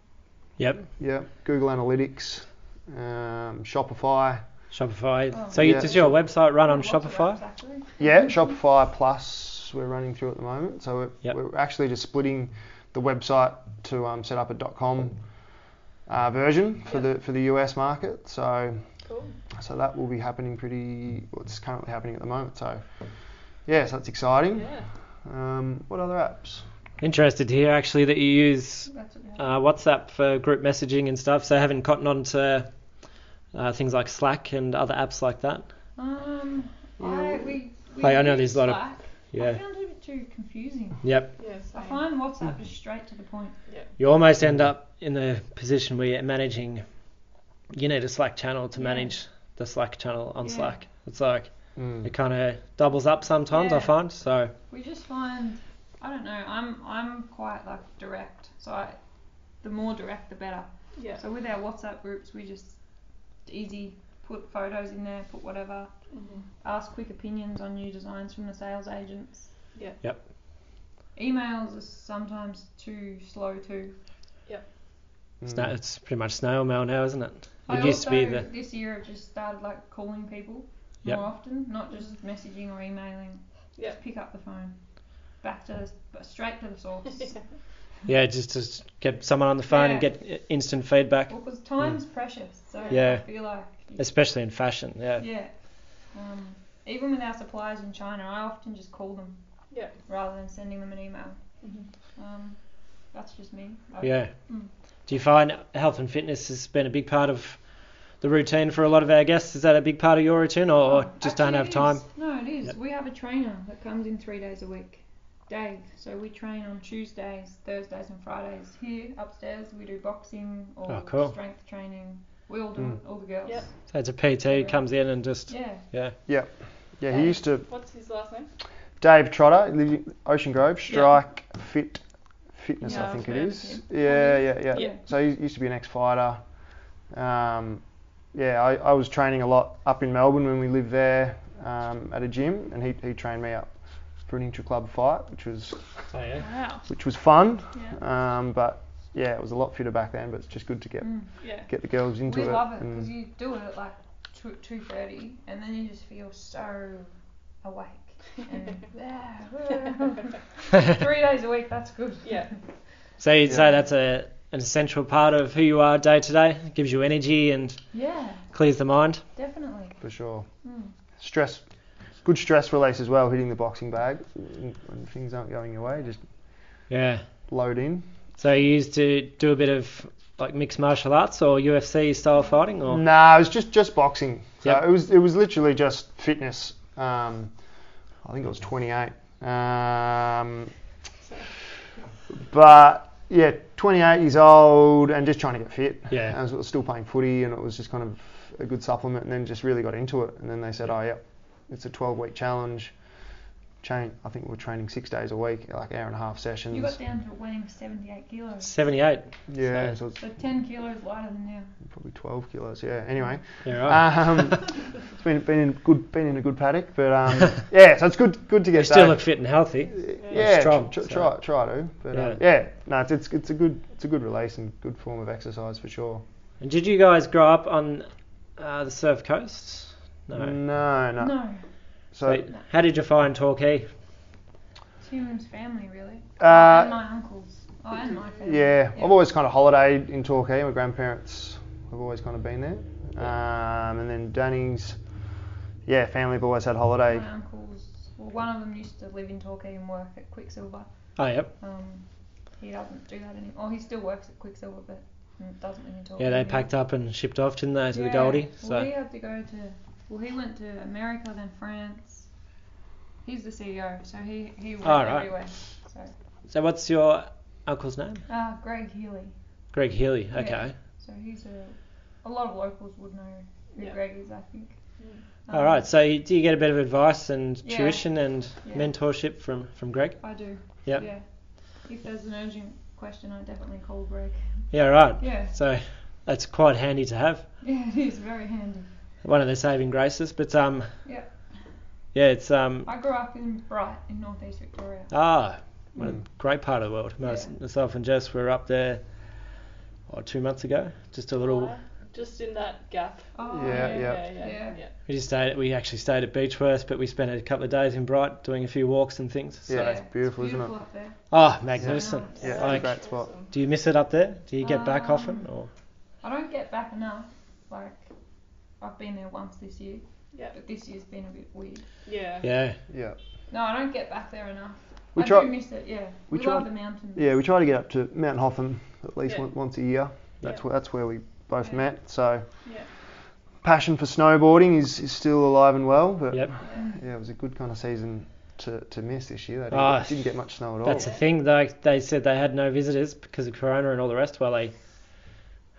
Yep.
yeah, Google Analytics, um, Shopify.
Shopify.
Oh.
so you,
Yeah.
does your website run on
Lots of
Shopify?
apps, actually.
Yeah, Shopify Plus we're running through at the moment. So we're,
Yep.
we're actually just splitting the website to um, set up a .com uh, version for the for the US market. So
Cool.
so that will be happening pretty. Well, it's currently happening at the moment. So yeah, so that's exciting.
Yeah.
Um, what other apps?
Interested to hear actually that you use
That's what we have.
uh, WhatsApp for group messaging and stuff. So haven't gotten on to uh, things like Slack and other apps like that.
Um, I, we, we
Like, I know
use
there's a lot of-
Slack. I
Yeah.
found it a bit too confusing.
Yep.
Yes.
I find
Hmm.
WhatsApp is straight to the point.
You almost end up in the position where you're managing. You need a Slack channel to
Yeah.
manage the Slack channel on
Yeah.
Slack. It's like
Mm.
it kind of doubles up sometimes. I
Yeah.
find so.
We just find, I don't know. I'm I'm quite like direct, so I, the more direct the better.
Yeah.
So with our WhatsApp groups, we just easy put photos in there, put whatever,
Mm-hmm.
ask quick opinions on new designs from the sales agents.
Yeah.
Yep.
Emails are sometimes too slow too.
It's,
Mm.
na- it's pretty much snail mail now, isn't it?
I
It used to be
also,
the
this year I've just started like calling people
Yep.
more often, not just messaging or emailing.
Yep.
Just pick up the phone. Back to the, straight to the source.
yeah, just to get someone on the phone and
Yeah.
get i- instant feedback,
well, because time's precious, so
Hmm. Yeah.
I feel like
especially in fashion. Yeah.
yeah. Um, even with our suppliers in China, I often just call them
Yeah.
rather than sending them an email.
Mhm.
Um, that's just me. I-
Yeah.
Mm.
Do you find health and fitness has been a big part of the routine for a lot of our guests? Is that a big part of your routine, or
Oh,
just
actually
don't have
it
time?
is. No, it is.
Yep.
We have a trainer that comes in three days a week, Dave. So we train on Tuesdays, Thursdays, and Fridays here upstairs. We do boxing or
Oh, cool.
strength training. We all do
Mm.
it, all the girls.
Yep.
So it's a PT who comes in and just
Yeah.
yeah.
Yeah, he used to
What's his last name?
Dave Trotter, he lives in Ocean Grove, Strike Fit Fitness,
Yeah,
I think
I've
it
heard of
is.
him.
Yeah, yeah, yeah,
Yeah.
So he used to be an ex-fighter. Um, yeah, I, I was training a lot up in Melbourne when we lived there um, at a gym, and he, he trained me up for an intra-club fight, which was
Oh yeah.
Wow.
which was fun.
Yeah.
Um, but yeah, it was a lot fitter back then. But it's just good to get
Mm.
Yeah.
get the girls into
We
it.
love it
Mm.
and-
because you do it at like two two thirty, and then you just feel so awake. And three days a week, that's good.
Yeah.
So you'd
Yeah.
say that's a an essential part of who you are day to day. It Gives you energy and
Yeah,
clears the mind.
definitely.
for sure.
Mm.
Stress, good stress release as well. Hitting the boxing bag when when things aren't going your way, just
Yeah.
load in.
So you used to do a bit of like mixed martial arts or UFC style fighting, or
Nah, it was just just boxing. So
Yep.
it was it was literally just fitness. Um, I think it was 28. Um, but yeah, 28 years old and just trying to get fit.
yeah.
I was, I was still playing footy and it was just kind of a good supplement and then just really got into it. And then they said, oh, yeah, it's a 12 week challenge. Chain, I think we were training six days a week, like hour and a half sessions.
You got down to weighing seventy eight kilos.
78.
yeah, so, it's
So 10 kilos lighter than now.
probably 12 kilos. Yeah, anyway.
Yeah, right.
Um, it's been, been, in good, been in a good paddock, but um, yeah, so it's good good to get
you still
started.
look fit and healthy.
yeah,
strong,
tr- tr-
so-
try, try to. But yeah,
Yeah.
um, yeah no, it's, it's, it's a good it's a good release and good form of exercise for sure.
And did you guys grow up on uh, the surf coast? No.
no, no.
No.
Mm, So
Wait, how did you find Torquay?
It's Hume's family, really.
Uh,
and my uncles. Oh, and my family.
Yeah, I've always kind of holidayed in Torquay. My grandparents have always kind of been there. Um, and then Danny's, yeah, family have always had holiday.
My uncles. Well, one of them used to live in Torquay and work at Quicksilver.
Oh, yep.
Um, he doesn't do that anymore. Oh, He still works at Quicksilver, but mm, doesn't live in Torquay.
Yeah, they
anymore.
packed up and shipped off, didn't they, to the
Yeah.
Goldie?
Well,
So
he had to go to. Well, he went to America, then France. He's the CEO, so he he worked
All right.
everywhere. So
so what's your uncle's name?
Uh, Greg Healy.
Greg Healy. Okay.
So he's a. A lot of locals would know who
Yeah.
Greg is, I think.
Mm.
Um,
All right. So you, do you get a bit of advice and
Yeah.
tuition and
Yeah.
mentorship from from Greg?
I do.
Yep.
Um, Yeah. If there's an urgent question, I definitely call Greg.
Yeah. Right.
Yeah.
So that's quite handy to have.
Yeah, it is very handy.
One of the saving graces. But um.
Yeah.
Yeah. It's um.
I grew up in Bright in northeast Victoria.
Ah, what
Mm.
a great part of the world. Mys-
Hmm. Yeah.
Myself and Jess were up there. oh, two months ago, just a little.
Just in that gap.
Oh,
Yeah,
yeah.
yeah.
Yeah.
We just stayed. We actually stayed at Beechworth, but we spent a couple of days in Bright doing a few walks and things. So,
Yeah, it's beautiful, isn't it?
up there.
Oh, magnificent.
nice.
Yeah,
Like-
it's a great spot.
Do you miss it up there? Do you get back
Um,
often? Or
I don't get back enough. Like, I've been there once this year,
Yeah.
but this year's been a bit weird.
Yeah.
yeah,
Yeah.
No, I don't get back there enough.
We
I
try-
do miss it, yeah.
we
We,
try-
love the mountains.
Yeah, we try to get up to Mount Hotham at least
Yeah.
on- once a year. That's
Yeah.
where that's where we both
Yeah.
met. So
Yeah.
passion for snowboarding is, is still alive and well. But
yep.
yeah, it was a good kind of season to, to miss this year. They didn't,
Ah,
didn't get much snow at all.
That's the thing. Like they said, they had no visitors because of Corona and all the rest. Well, they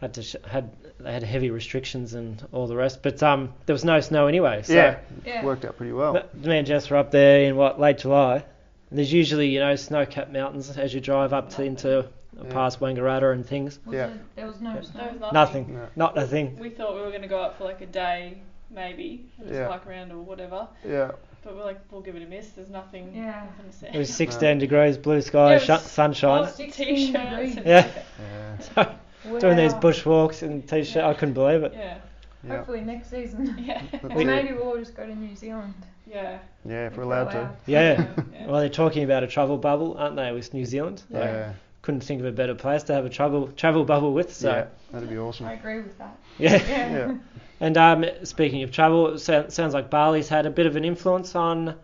had to sh- had they had heavy restrictions and all the rest. But um, there was no snow anyway. So
yeah,
Yeah.
worked out pretty well.
But me and Jess were up there in what late July. And there's usually you know snow-capped mountains as you drive up to into uh,
Yeah.
past Wangaratta and things.
Was
Yeah.
There, there was no
Yeah.
There
snow.
was nothing.
Nothing,
No.
not a thing.
We thought we were going to go up for like a day, maybe, and just
Yeah.
hike around or whatever.
Yeah,
But we're like, we'll give it a miss. There's nothing.
Yeah.
nothing to see.
It was 16 degrees, blue sky,
Yeah, it was-
sh- sunshine.
Oh,
Sixteen
t-shirts. and-
Yeah.
yeah,
So doing these
Wow.
bush walks and t-shirt, I couldn't believe it.
Yeah.
yeah,
Hopefully next season.
Yeah.
That's
Or
it.
maybe we'll just go to New Zealand.
Yeah.
yeah. If we're
we're
allowed to.
allowed.
Yeah.
Yeah.
Well, they're talking about a travel bubble, aren't they, with New Zealand?
Yeah,
Like,
yeah,
couldn't think of a better place to have a travel travel bubble with. So
that'd be awesome.
I agree with that.
yeah.
Yeah.
Yeah,
And um, speaking of travel, it sou- sounds like Bali's had a bit of an influence on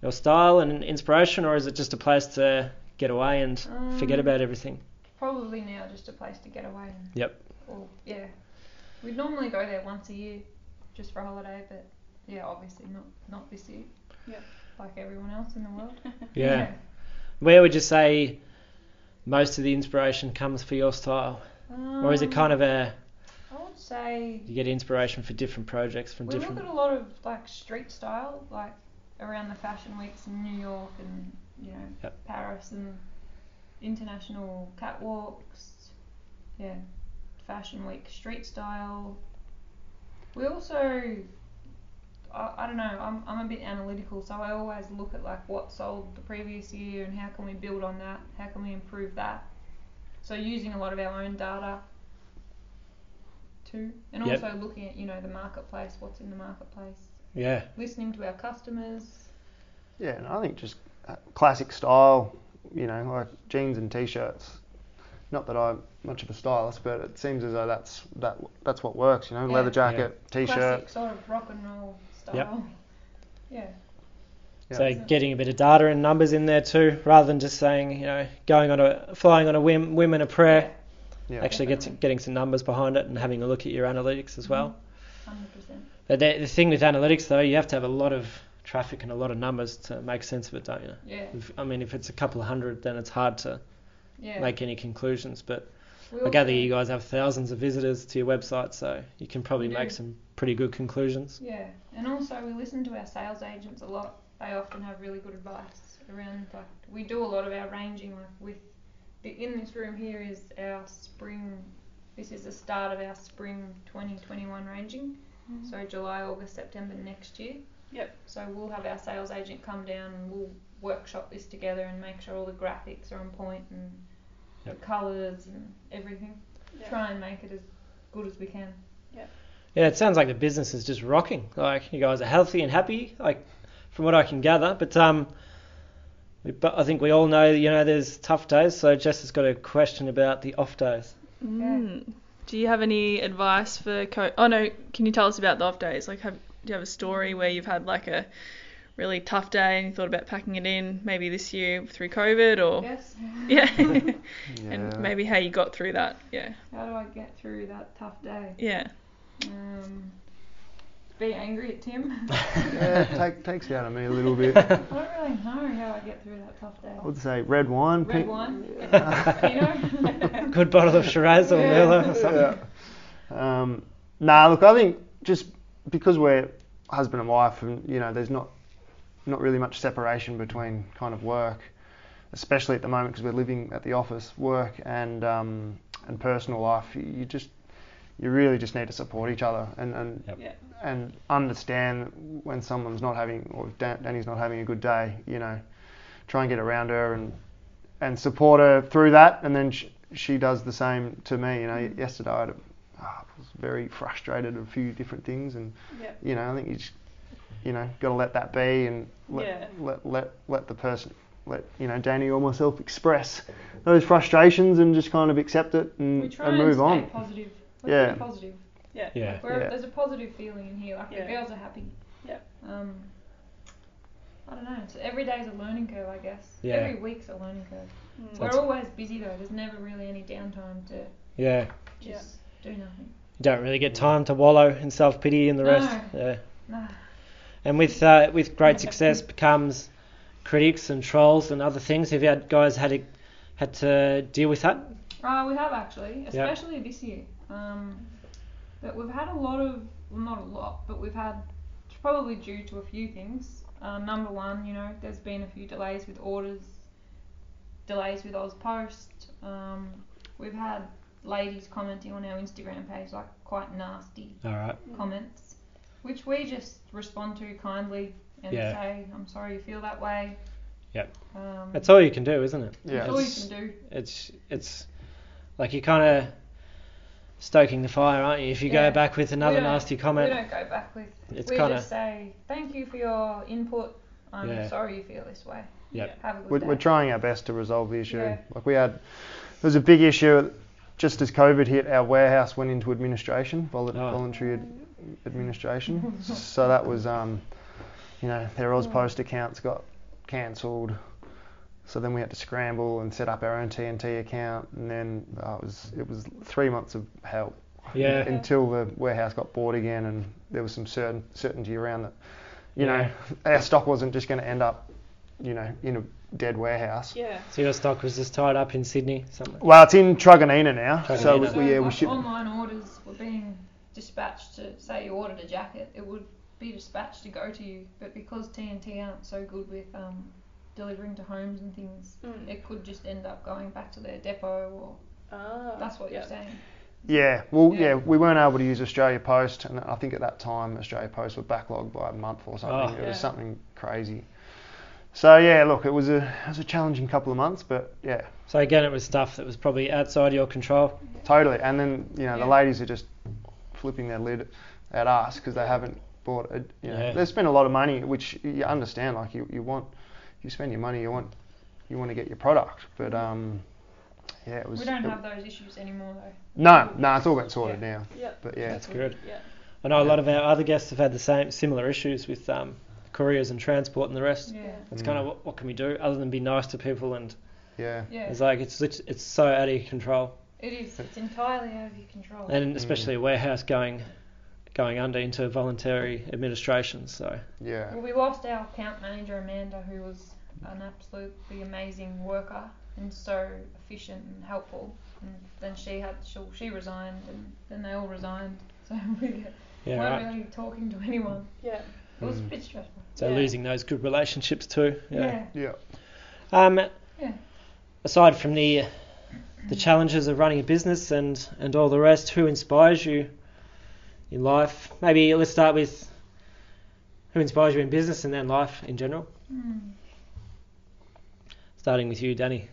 your style and inspiration, or is it just a place to get away and forget
Um,
about everything?
Probably now just a place to get away. And,
Yep.
Or, yeah. We'd normally go there once a year just for a holiday, but yeah, obviously not, not this year.
Yeah.
Like everyone else in the world.
Yeah. Where would you say most of the inspiration comes for your style,
Um,
or is it kind of a
I would say
you get inspiration for different projects from
we
different?
look at a lot of like street style, like around the fashion weeks in New York and you know
Yep.
Paris and international catwalks. Yeah, fashion week street style. We also, I, I don't know, I'm I'm a bit analytical, so I always look at like what sold the previous year and how can we build on that, how can we improve that. So using a lot of our own data too, and
Yep.
also looking at you know the marketplace, what's in the marketplace,
Yeah.
listening to our customers.
yeah. And I think just uh, classic style, you know, like jeans and t-shirts. Not that I'm much of a stylist, but it seems as though that's that that's what works. You know,
Yeah.
leather
Yeah.
jacket, t-shirt.
classic sort of rock and roll style.
Yep.
Yeah.
Yeah.
So getting a bit of data and numbers in there too, rather than just saying you know going on a flying on a whim, whim and a prayer.
Yeah.
Actually, get,
Definitely.
getting some numbers behind it and having a look at your analytics as well.
Mm-hmm.
Mm-hmm.
Hundred percent.
But the, the thing with analytics, though, you have to have a lot of traffic and a lot of numbers to make sense of it, don't you?
Yeah.
If, I mean, if it's a couple of hundred, then it's hard to
Yeah.
make any conclusions. But
We
I gather
also-
you guys have thousands of visitors to your website, so you can probably
We
make
do.
some pretty good conclusions.
Yeah, and also we listen to our sales agents a lot. They often have really good advice around like we do a lot of our ranging like with the in this room here is our spring. This is the start of our spring 2021 ranging. So July, August, September next year.
Yep.
So we'll have our sales agent come down and we'll workshop this together and make sure all the graphics are on point and
Yep.
the colours and everything.
Yeah.
Try and make it as good as we can.
Yeah, it sounds like the business is just rocking. Like you guys are healthy and happy, like from what I can gather. But um, we- but I think we all know, you know, there's tough days. So Jess has got a question about the off days.
Mm. Do you have any advice for co? Oh no, can you tell us about the off days? Like, have do you have a story where you've had like a really tough day and you thought about packing it in, maybe this year through COVID or
Yes.
yeah,
Yeah.
and maybe how you got through that. Yeah,
How do I get through that tough day?
yeah,
Um, be angry at Tim.
yeah, take, takes out of me a little bit.
I don't really know how I get through that tough day.
I would say red wine.
Red
pink-
wine, Pinot.
Good bottle of Shiraz or
Yeah.
Merlot or something.
Yeah. Um, nah, look, I think just because we're husband and wife, and you know, there's not not really much separation between kind of work, especially at the moment because we're living at the office, work and um, and personal life. You, you just you really just need to support each other and and,
Yep.
Yeah.
and understand when someone's not having or Dan, Danny's not having a good day. You know, try and get around her and and support her through that, and then she, she does the same to me. You know,
Mm.
yesterday I had a, ah, was very frustrated at a few different things, and
Yeah.
you know, I think you just you know got to let that be and let,
Yeah.
let let let the person let you know Danny or myself express those frustrations and just kind of accept it
We
and,
try
and
and,
move
stay
on.
positive. Let's
Yeah.
be positive. Yeah.
Yeah.
We're,
Yeah.
There's a positive feeling in here. Like
Yeah.
the girls are happy.
Yeah.
Um, I don't know. So every day's a learning curve, I guess.
Yeah.
Every week's a learning curve.
Mm.
That's-
We're always busy though. There's never really any downtime to
Yeah.
Yeah.
just do nothing.
You don't really get time to wallow in self pity and the rest. Yeah.
Nah.
And with uh, with great success comes critics and trolls and other things. Have you had guys had a, had to deal with that?
Uh, we have actually, especially this year. Um, but we've had a lot of, well, not a lot, but we've had it's probably due to a few things. Uh, number one, you know, there's been a few delays with orders, delays with Oz Post. Um, we've had ladies commenting on our Instagram page like quite nasty
All right.
comments, which we just respond to kindly and
Yeah.
say, "I'm sorry you feel that way."
Yep.
Um,
That's all you can do, isn't it?
that's
Yeah.
all you can do.
It's it's like you're kind of stoking the fire, aren't you? If you
Yeah.
go back with another
don't-
nasty
We
comment,
don't go back with
it's
we
kind
just
of
say thank you for your input. I'm
Yeah.
sorry you feel this way.
Yep.
Have a good
We're,
day.
we're trying our best to resolve the issue.
Yeah.
Like we had, there was a big issue just as COVID hit. Our warehouse went into administration, vol-
Oh.
voluntary ad- administration. so that was, um, you know, their AusPost accounts got cancelled. So then we had to scramble and set up our own TNT account, and then uh, it was it was three months of hell.
Yeah.
Until the warehouse got bought again, and there was some certain certainty around that. You
Yeah.
know, our stock wasn't just going to end up, you know, in a dead warehouse.
Yeah.
so your stock was just tied up in Sydney, something.
Well, it's in Truganina now, so
Truganina.
we, yeah, we
like,
ship.
online orders were being dispatched to say you ordered a jacket, it would be dispatched to go to you, but because TNT aren't so good with um, delivering to homes and things,
Mm.
it could just end up going back to their depot or
Ah.
that's what
yeah.
you're saying.
Yeah, well, yeah.
Yeah.
we weren't able to use Australia Post, and I think at that time Australia Post were backlogged by a month or something.
Oh.
it
Yeah.
was something crazy. So yeah, look, it was a it was a challenging couple of months, but yeah,
So again, it was stuff that was probably outside your control.
totally. And then you know
Yeah.
the ladies are just flipping their lid at us because they haven't bought. A, you know,
Yeah.
they spend a lot of money, which you understand. Like you, you want you spend your money, you want you want to get your product, but um, yeah, it was.
we don't
it-
have those issues anymore though.
No, no, it's all been sorted now.
Yeah.
But yeah,
That's good.
Yeah.
I know a lot of our other guests have had the same similar issues with um, couriers and transport and the rest.
Yeah.
That's
Mm.
kind of what, what can we do other than be nice to people and
yeah,
Yeah.
it's like it's lit- it's so out of your control
It is. It's entirely out of your control.
and
Mm.
especially a warehouse going going under into voluntary administration. So
yeah,
Well, we lost our account manager Amanda, who was an absolutely amazing worker and so efficient and helpful. And then she had she, she resigned, and then they all resigned. So we
yeah,
weren't
right. Hmm.
really talking to anyone.
Yeah.
It was a
Mm.
bit stressful.
So
Yeah.
losing those good relationships too.
Yeah.
yeah.
Um,
Yeah.
Aside from the the challenges of running a business and and all the rest, who inspires you in life? Maybe let's start with who inspires you in business and then life in general.
Hmm.
Starting with you, Danny.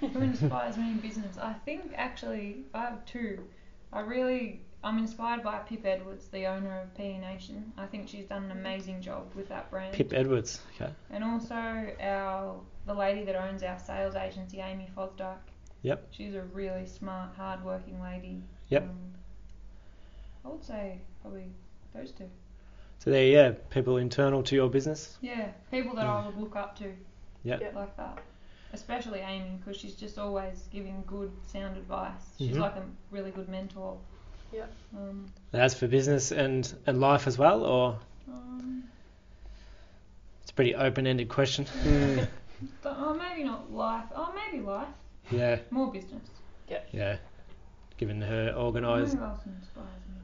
Who inspires me in business? I think actually I have two. I really I'm inspired by Pip Edwards, the owner of P E Nation. I think she's done an amazing job with that brand.
Pip Edwards. Okay.
And also our the lady that owns our sales agency, Amy Fosdyke.
Yep.
She's a really smart, hard-working lady.
Yep.
Um, I would say probably those two.
So there, yeah, people internal to your business.
Yeah, people that I would look up to.
Yep.
Yep.
Like that. Especially Amy, because she's just always giving good, sound advice. She's
Mhm.
like a really good mentor. Um,
That's for business and, and life as well, or
um,
it's a pretty open ended question.
Mm.
but oh, maybe not life. Oh, maybe life.
Yeah,
More business.
yeah. Given her
Who
organised
else inspires me?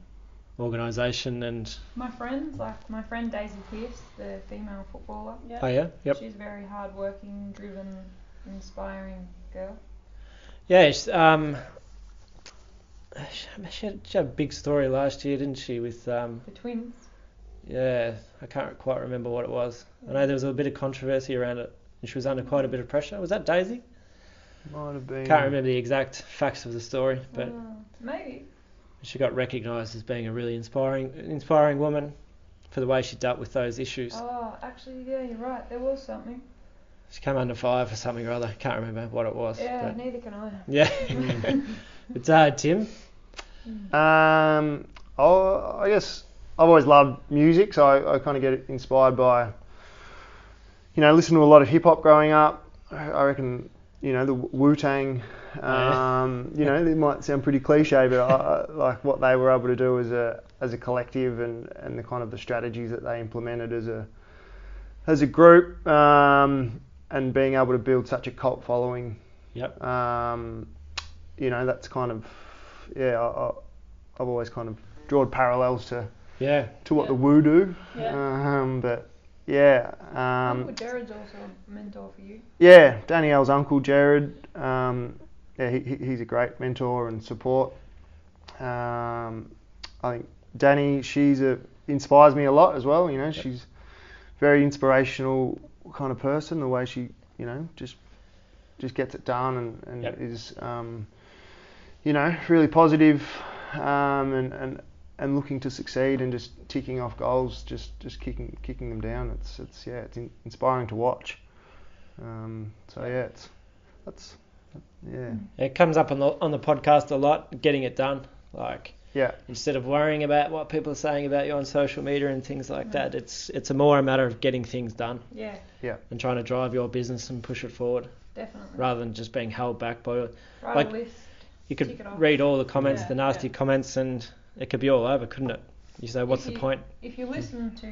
organisation and
My friends, like my friend Daisy Pierce, the female footballer.
oh yeah, yep.
She's a very hardworking, driven, inspiring girl.
Yeah, it's, um, she she had, she had a big story last year, didn't she? With um,
The twins.
yeah, I can't quite remember what it was. I know there was a bit of controversy around it, and she was under quite a bit of pressure. Was that Daisy?
Might have been.
Can't remember the exact facts of the story, but
Oh, maybe.
she got recognised as being a really inspiring, inspiring woman for the way she dealt with those issues.
Oh, actually, yeah, you're right. There was something.
She came under fire for something or other. Can't remember what it was.
Yeah,
but-
neither can I.
yeah. it's hard, Tim.
Um, I, I guess I've always loved music, so I, I kind of get inspired by, you know, listen to a lot of hip hop growing up. I I reckon, you know, the Wu Tang.
yeah.
Um, you know, it might sound pretty cliche, but I, I, like what they were able to do as a as a collective and, and the kind of the strategies that they implemented as a as a group um, and being able to build such a cult following
Yep.
um, you know, that's kind of, yeah, I, I, I've always kind of drawn parallels to,
Yeah.
to what the
Yeah.
Woo do.
Yeah.
Um, but yeah,
Uncle
um,
Jared's also a mentor for you.
yeah, Danielle's uncle Jared, um, yeah, he, he- he's a great mentor and support. Um, I think Danny, she's a inspires me a lot as well. You know, she's very inspirational kind of person. The way she, you know, just just gets it done and, and
Yep.
is, um, you know, really positive um, and and and looking to succeed and just ticking off goals, just just kicking kicking them down. It's it's yeah, it's in, inspiring to watch. Um, so yeah, it's that's yeah
It comes up on the on the podcast a lot, getting it done. Like
yeah
instead of worrying about what people are saying about you on social media and things like
Mm.
that, it's it's a more a matter of getting things done
Yeah,
and trying to drive your business and push it forward
definitely.
rather than just being held back by
Write
like-
a list.
you
Tick
could
it off.
read all the comments,
Yeah,
the nasty
yeah.
comments and it could be all over, couldn't it? You say what's the
you-
point?
If you listen to,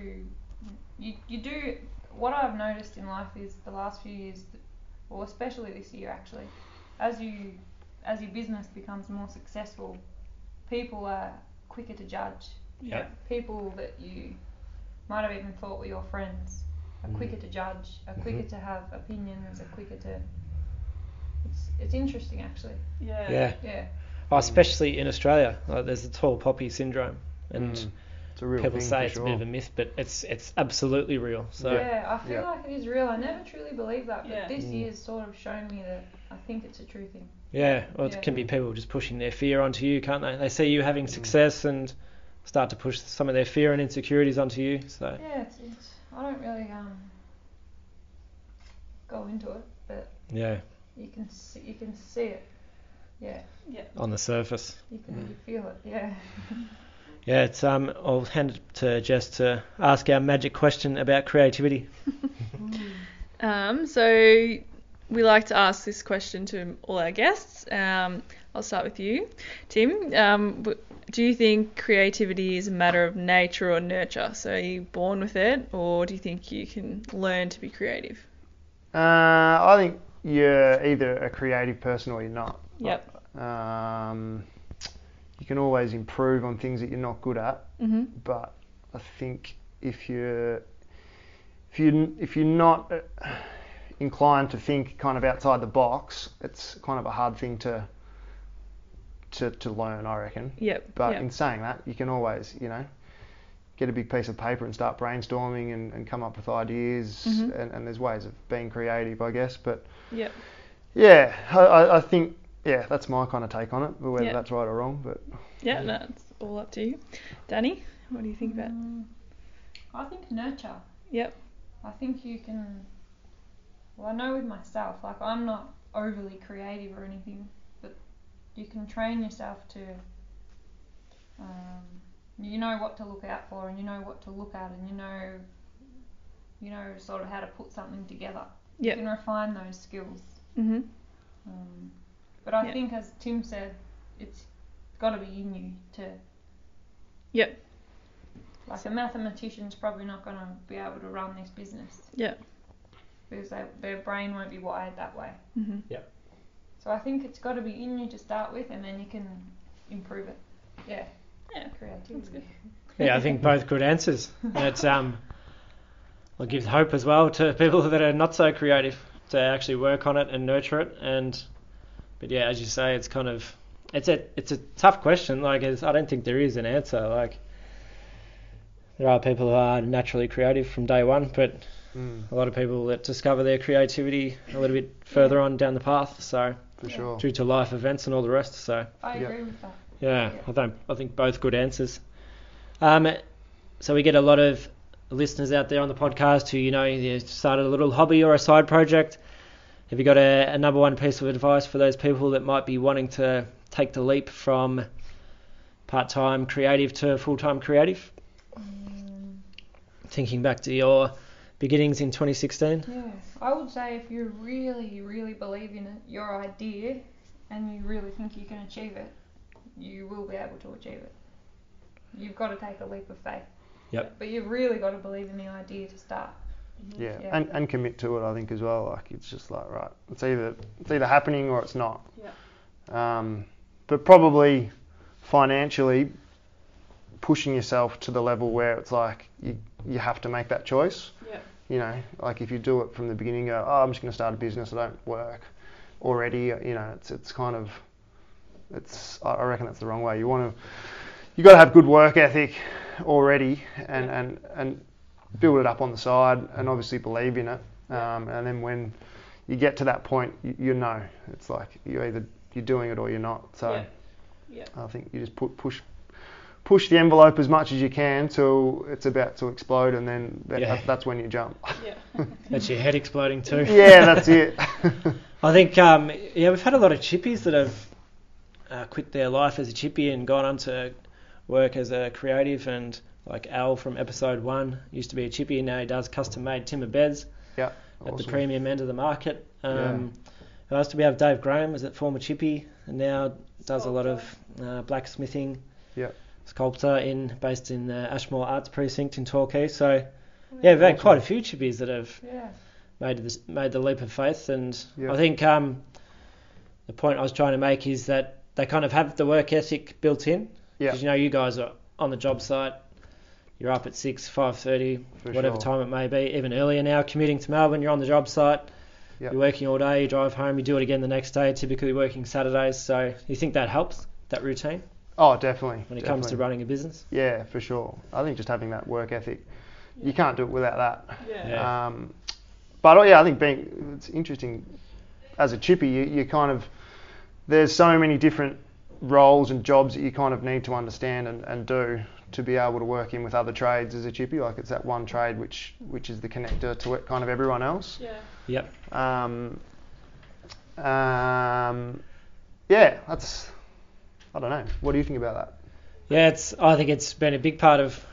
you, you do. What I've noticed in life is the last few years, or especially this year actually, as you as your business becomes more successful, people are quicker to judge.
Yeah.
People that you might have even thought were your friends are
Mm.
quicker to judge, are quicker
Mhm.
to have opinions, are quicker to. It's it's interesting actually.
Yeah.
Yeah.
Yeah.
Oh, especially in Australia. Like there's the tall poppy syndrome and
Mm. it's a real
people
thing
say
for
it's
sure.
a bit of a myth, but it's it's absolutely real. So
yeah, I feel
Yeah.
like it is real. I never truly believed that, but
Yeah.
this
Mm.
year's sort of shown me that I think it's a true thing.
Yeah, well, it
Yeah.
can be people just pushing their fear onto you, can't they? They see you having success and start to push some of their fear and insecurities onto you. So
Yeah, it's, it's I don't really um go into it, but
yeah,
you can see you can see it. Yeah,
on the surface.
you can
Mm.
you feel it. Yeah.
Yeah, it's um. I'll hand it to Jess to ask our magic question about creativity.
Um, so we like to ask this question to all our guests. Um, I'll start with you, Tim. Um, w- do you think creativity is a matter of nature or nurture? So are you born with it, or do you think you can learn to be creative?
Uh, I think you're either a creative person or you're not.
Yep.
Um, you can always improve on things that you're not good at,
hmm
but I think if you're if you if you're not uh, inclined to think kind of outside the box, it's kind of a hard thing to to, to learn, I reckon.
Yep.
But
yep.
in saying that, you can always, you know, get a big piece of paper and start brainstorming and, and come up with ideas.
Mhm.
And, and there's ways of being creative, I guess. But
Yep.
yeah, I- I, I think, yeah, that's my kind of take on it, but whether
Yeah.
that's right or wrong. But
Yeah, that's all up to you, Danny. What do you think about?
Mm, I think nurture.
Yep.
I think you can. Well, I know with myself, like I'm not overly creative or anything, but you can train yourself to. Um, you know what to look out for, and you know what to look at, and you know. You know sort of how to put something together.
Yep.
You can refine those skills.
hmm
Um, but I
Yeah.
think, as Tim said, it's got to be in you to
Yep.
Like a mathematician's probably not going to be able to run this business.
Yep.
Because they, their brain won't be wired that way.
Mm-hmm.
So I think it's got to be in you to start with, and then you can improve it. Yeah.
Yeah,
Creativity.
that's good.
Yeah, I think both good answers. And it's um, well, it gives hope as well to people that are not so creative to actually work on it and nurture it. And but yeah, as you say, it's kind of it's a it's a tough question. Like it's, I don't think there is an answer. Like there are people who are naturally creative from day one, but
Mm,
a lot of people that discover their creativity a little bit further on down the path. So
for
Yeah.
sure.
due to life events and all the rest. So.
I
Yep.
agree with that.
Yeah,
Yeah.
I think I think both good answers. Um, so we get a lot of listeners out there on the podcast who you know they started a little hobby or a side project. Have you got a, a number one piece of advice for those people that might be wanting to take the leap from part time creative to full time creative?
Um,
Thinking back to your beginnings in 2016.
yeah. I would say if you really, really believe in it, your idea and you really think you can achieve it, you will be able to achieve it. You've got to take a leap of faith.
Yep.
But you've really got to believe in the idea to start.
Mm-hmm.
Yeah.
Yeah.
And, and commit to it, I think as well. Like it's just like right, it's either it's either happening or it's not. Yeah. Um, but probably financially pushing yourself to the level where it's like you you have to make that choice.
Yeah.
You know, like if you do it from the beginning, go, oh, I'm just going to start a business. I don't work already. You know, it's it's kind of it's I I reckon that's the wrong way. You want to you got to have good work ethic already, and and and build it up on the side, and obviously believe in it. Um, and then when you get to that point, you, you know it's like you either you're doing it or you're not. So
Yeah. Yeah.
I think you just put push push the envelope as much as you can till it's about to explode, and then that,
Yeah.
that's when you jump.
Yeah.
That's your head exploding too.
yeah, that's it.
I think um, yeah, we've had a lot of chippies that have uh, quit their life as a chippy and gone on to work as a creative. And like Al from episode one used to be a chippy, now he does custom made timber beds at the
Awesome.
premium end of the market. Um, and Last we have Dave Graham, is a former chippy, and now does a lot of uh, blacksmithing.
Yep.
Sculptor in based in the Ashmore Arts Precinct in Torquay. So yeah, we've had quite a few chippies that have
Yeah.
made this, made the leap of faith, and
Yeah.
I think um, the point I was trying to make is that they kind of have the work ethic built in.
Yeah.
Because you know you guys are on the job site, you're up at six, five thirty,
For
whatever
sure.
time it may be, even earlier now. Commuting to Melbourne, you're on the job site.
Yeah.
You're working all day. You drive home. You do it again the next day. Typically working Saturdays. So you think that helps that routine
Oh, definitely.
when it comes to
definitely.
running a business?
Yeah, for sure. I think just having that work ethic, you can't do it without that.
Yeah.
Yeah.
Um, but oh, yeah, I think being it's interesting as a chippy, you, you kind of there's so many different roles and jobs that you kind of need to understand and, and do to be able to work in with other trades as a chippy. Like it's that one trade which which is the connector to it, kind of everyone else.
Yeah.
Yep.
Um, um, yeah, that's I don't know. What do you think about
Yeah, it's. I think it's been a big part of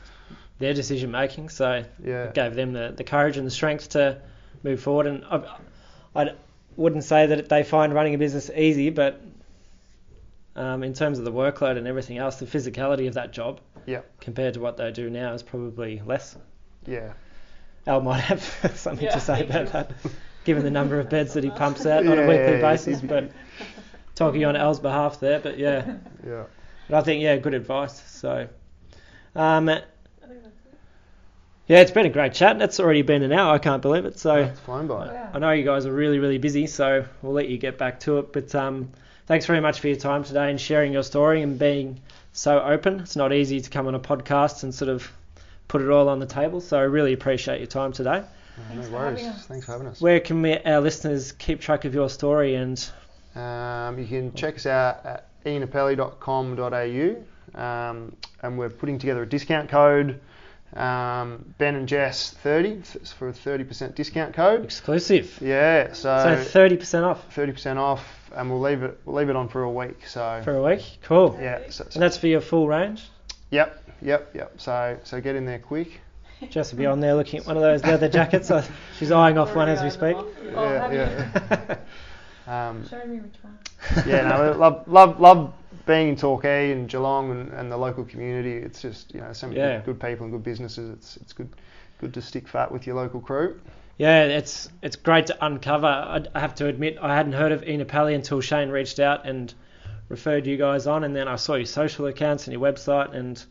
their decision making. So
that? Yeah.
it gave them the, the courage and the strength to move forward. And I, I wouldn't say that they find running a business easy, but um, in terms of the workload and everything else, the physicality of that job
Yeah.
compared to what they do now is probably less.
Yeah.
Al might have something
Yeah,
to say
he
about
does.
that, given the number of beds that he pumps out on
Yeah,
a weekly
yeah,
basis.
he's-
But talking on Al's behalf there, but yeah,
Yeah.
but I think yeah, good advice. So. Um,
I think that's it.
yeah, it's been a great chat. It's already been an hour. I can't believe it. So,
It's flown by.
Yeah.
I know you guys are really, really busy, so we'll let you get back to it. But um, thanks very much for your time today and sharing your story and being so open. It's not easy to come on a podcast and sort of put it all on the table, so I really appreciate your time today.
Thanks
no
for
worries.
having us.
Thanks for having us.
Where can we, our listeners keep track of your story? And
Um, you can check us out at ianapelli.com.au um, and we're putting together a discount code, um, Ben and Jess 30 f- for a 30% discount code.
exclusive.
Yeah, so,
So 30% off
30% off, and we'll leave it we'll leave it on for a week. So
for a week. Cool.
yeah, so, so-
And that's for your full range.
yep, yep, yep. So so get in there quick.
Jess will be on there looking at one of those leather jackets. I- She's eyeing off one as we speak.
Oh,
yeah,
have you?
yeah. um,
uh,
Show me which one.
yeah, no, we love love love being in Torquay and Geelong and, and the local community, it's just you know so many
Yeah.
good, good people and good businesses. It's it's good good to stick fat with your local crew.
Yeah, it's it's great to uncover. I, I have to admit, I hadn't heard of Enapali until Shane reached out and referred you guys on, and then I saw your social accounts and your website and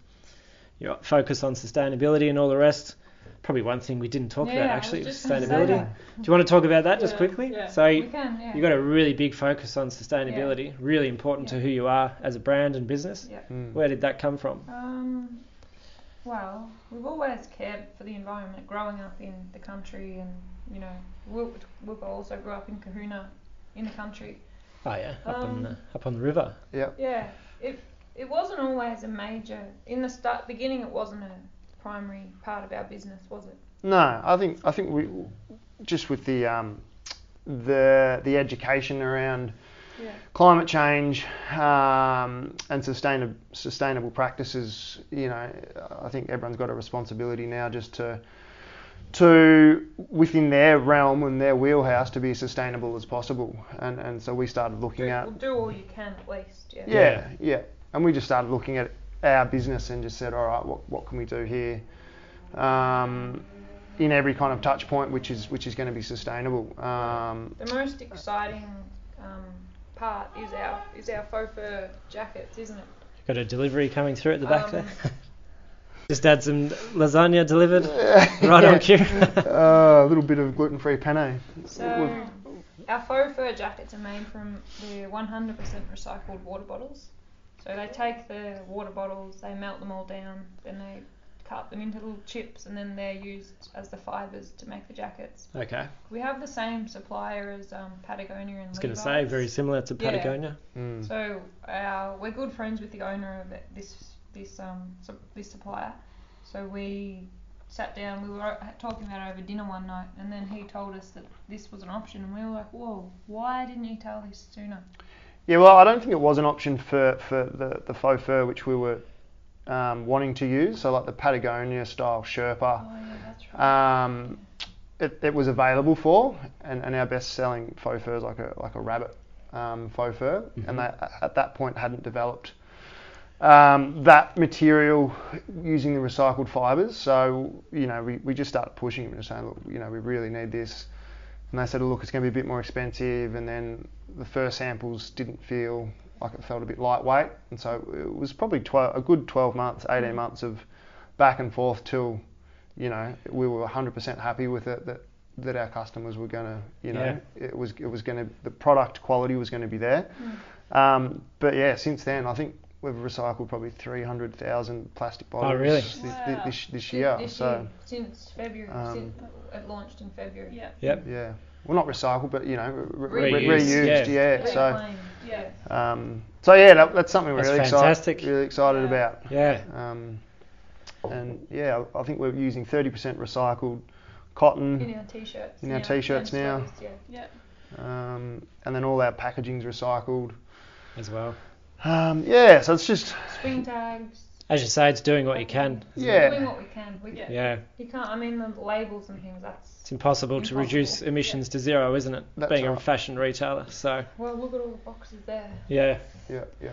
your focus on sustainability and all the rest. Probably one thing we didn't talk
Yeah,
about
I
actually
was
was
just gonna say
sustainability.
that.
Do you want to talk about that just
Yeah,
quickly?
yeah.
So
We can, yeah.
you've got a really big focus on sustainability, really important
Yeah.
to who you are as a brand and business.
yeah.
Mm.
Where did that come from?
Um, well, we've always cared for the environment growing up in the country, and you know, Wilp, Wilp also grew up in Kahuna in the country.
Oh yeah, up on
Um,
the, up on the river.
Yep.
Yeah, it it wasn't always a major in the start beginning. It wasn't a primary part of our business, was it?
No, I think I think we just with the um, the the education around
Yeah.
climate change um, and sustainable sustainable practices. You know, I think everyone's got a responsibility now just to to within their realm and their wheelhouse to be as sustainable as possible. And and so we started looking at
Well, do all you can at least. Yeah.
yeah, yeah. And we just started looking at our business and just said, all right, what, what can we do here? Um, in every kind of touch point, which is which is going to be sustainable. Um,
The most exciting um, part is our is our faux fur jackets, isn't it?
Got a delivery coming through at the back
Um,
there. Just had some lasagna delivered right on cue.
Uh, a little bit of gluten-free penne.
So our faux fur jackets are made from the 100% recycled water bottles. So they take the water bottles, they melt them all down, then they cut them into little chips, and then they're used as the fibres to make the jackets.
Okay.
We have the same supplier as um, Patagonia and
I was going to say very similar to
Yeah.
Patagonia.
Mm.
So uh, we're good friends with the owner of it- this this um sup- this supplier. So we sat down. We were o- talking about it over dinner one night, and then he told us that this was an option, and we were like, "Whoa, why didn't you tell this sooner?"
Yeah, well, I don't think it was an option for, for the, the faux fur which we were um, wanting to use. So like the Patagonia style Sherpa,
Oh yeah, that's right.
um, it, it was available for, and, and our best selling faux fur is like a like a rabbit um, faux fur,
Mhm.
and they at that point hadn't developed um, that material using the recycled fibres. So you know we, we just started pushing them and saying look you know we really need this, and they said look it's going to be a bit more expensive, and then the first samples didn't feel like it felt a bit lightweight, and so it was probably 12, a good 12 months, 18
Mm.
Mhm.
months of back and forth till you know we were 100% happy with it that that our customers were going to you know it was it was going to the product quality was going to be there
Mm.
um, but yeah since then i think we've recycled probably 300,000 plastic bottles
Oh, really?
this, thi-
Wow.
this, this
Sin-
year
this
so
year, since February,
um,
since it launched in February.
Yeah.
Yep.
yeah well not recycled but you know re- re-
Reused,
reused
yeah.
yeah, so
Reclaimed,
Yeah.
um, so yeah that, that's something we're
That's
really
fantastic.
excited really excited
Yeah.
about
Yeah.
um, and yeah I, I think we're using 30% recycled cotton
in our t-shirts.
hmm. In
now,
our t-shirts
and
now.
sweaters, yeah.
Yeah.
um, and then all our packaging's recycled.
As well.
Um, yeah, so it's just
Swing tags.
As you say, it's doing what you can. isn't it?
Yeah.
Doing what we can. We,
Yeah.
Yeah.
You can't. I mean, the labels and things. That's
It's impossible to
Impossible.
reduce emissions to zero, isn't it?
That's
Being a
right.
fashion retailer. So,
Well, look at all the boxes there.
yeah.
yeah, yeah.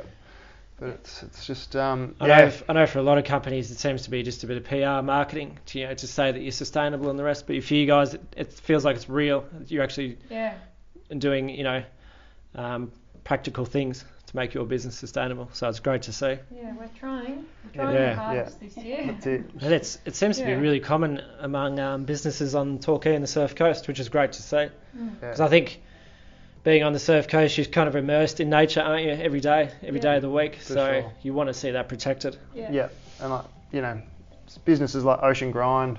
But it's it's just um,
I, know
yeah,
f- I know for a lot of companies it seems to be just a bit of PR marketing to, you know, to say that you're sustainable and the rest. But for you guys, it, it feels like it's real. You're actually
Yeah.
doing, you know, um, practical things to make your business sustainable. So it's great to see.
Yeah, we're trying.
Yeah.
We're trying
Yeah.
the hardest this year.
that's it.
And it's, it seems to
Yeah.
be really common among um, businesses on Torquay and the Surf Coast, which is great to see.
Mm.
Yeah.
Because I think being on the surf coast, you're kind of immersed in nature, aren't you? Every day, every
Yeah.
day of the week.
For
so
sure.
you want to see that protected.
Yeah.
Yeah, and like you know, s- businesses like Ocean Grind,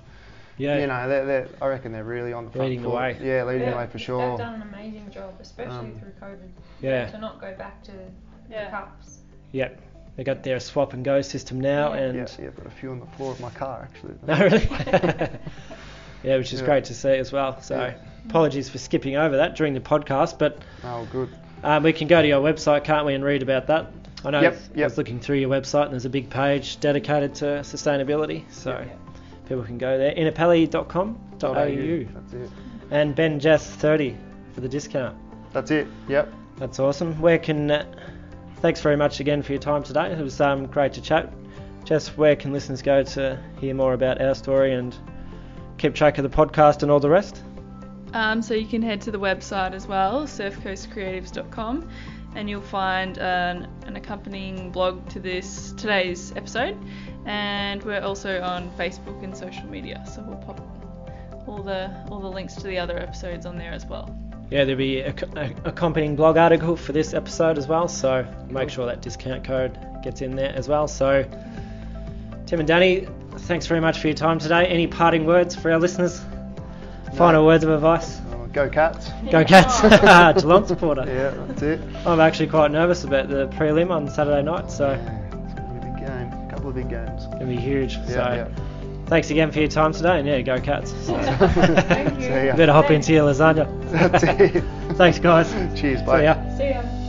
Yeah.
you know, they're, they're I reckon they're really on the front
Leading the
foot.
way.
Yeah, leading
Yeah,
the way for
They've
sure.
done an amazing job, especially
Um,
through COVID,
yeah.
to not go back to the
Yeah.
cups.
Yep. They got their swap and go system now,
Yeah.
and
Yeah, yeah, but a few on the floor of my car actually.
no really. yeah, which is
Yeah.
great to see as well. So
Yeah.
apologies for skipping over that during the podcast, but
Oh, good.
um, we can go to your website, can't we, and read about that. I know
Yep,
I was
yep.
looking through your website and there's a big page dedicated to sustainability, so
Yep.
people can go there.
Dot
inapelli.com.au.
That's it.
And Ben Jess 30 for the discount.
That's it. Yep.
That's awesome. Where can uh, Thanks very much again for your time today. It was um, great to chat. Jess, where can listeners go to hear more about our story and keep track of the podcast and all the rest?
Um, so you can head to the website as well, surfcoastcreatives.com, and you'll find an, an accompanying blog to this today's episode. And we're also on Facebook and social media, so we'll pop all the all the links to the other episodes on there as well.
Yeah, there'll be a, a accompanying blog article for this episode as well, so make sure that discount code gets in there as well. So, Tim and Danny, thanks very much for your time today. Any parting words for our listeners? Final words of advice?
Oh, go cats.
Go Cats! Geelong supporter.
Yeah, that's it.
I'm actually quite nervous about the prelim on Saturday night, so
Yeah, it's gonna be a big game. A couple of big games.
it'll be huge.
Yeah,
so,
yeah.
thanks again for your time today, and yeah, go Cats!
Thank you.
See ya.
Better hop
Thanks.
into your lasagna.
That's it.
Thanks, guys.
Cheers,
See
bye.
ya.
See ya.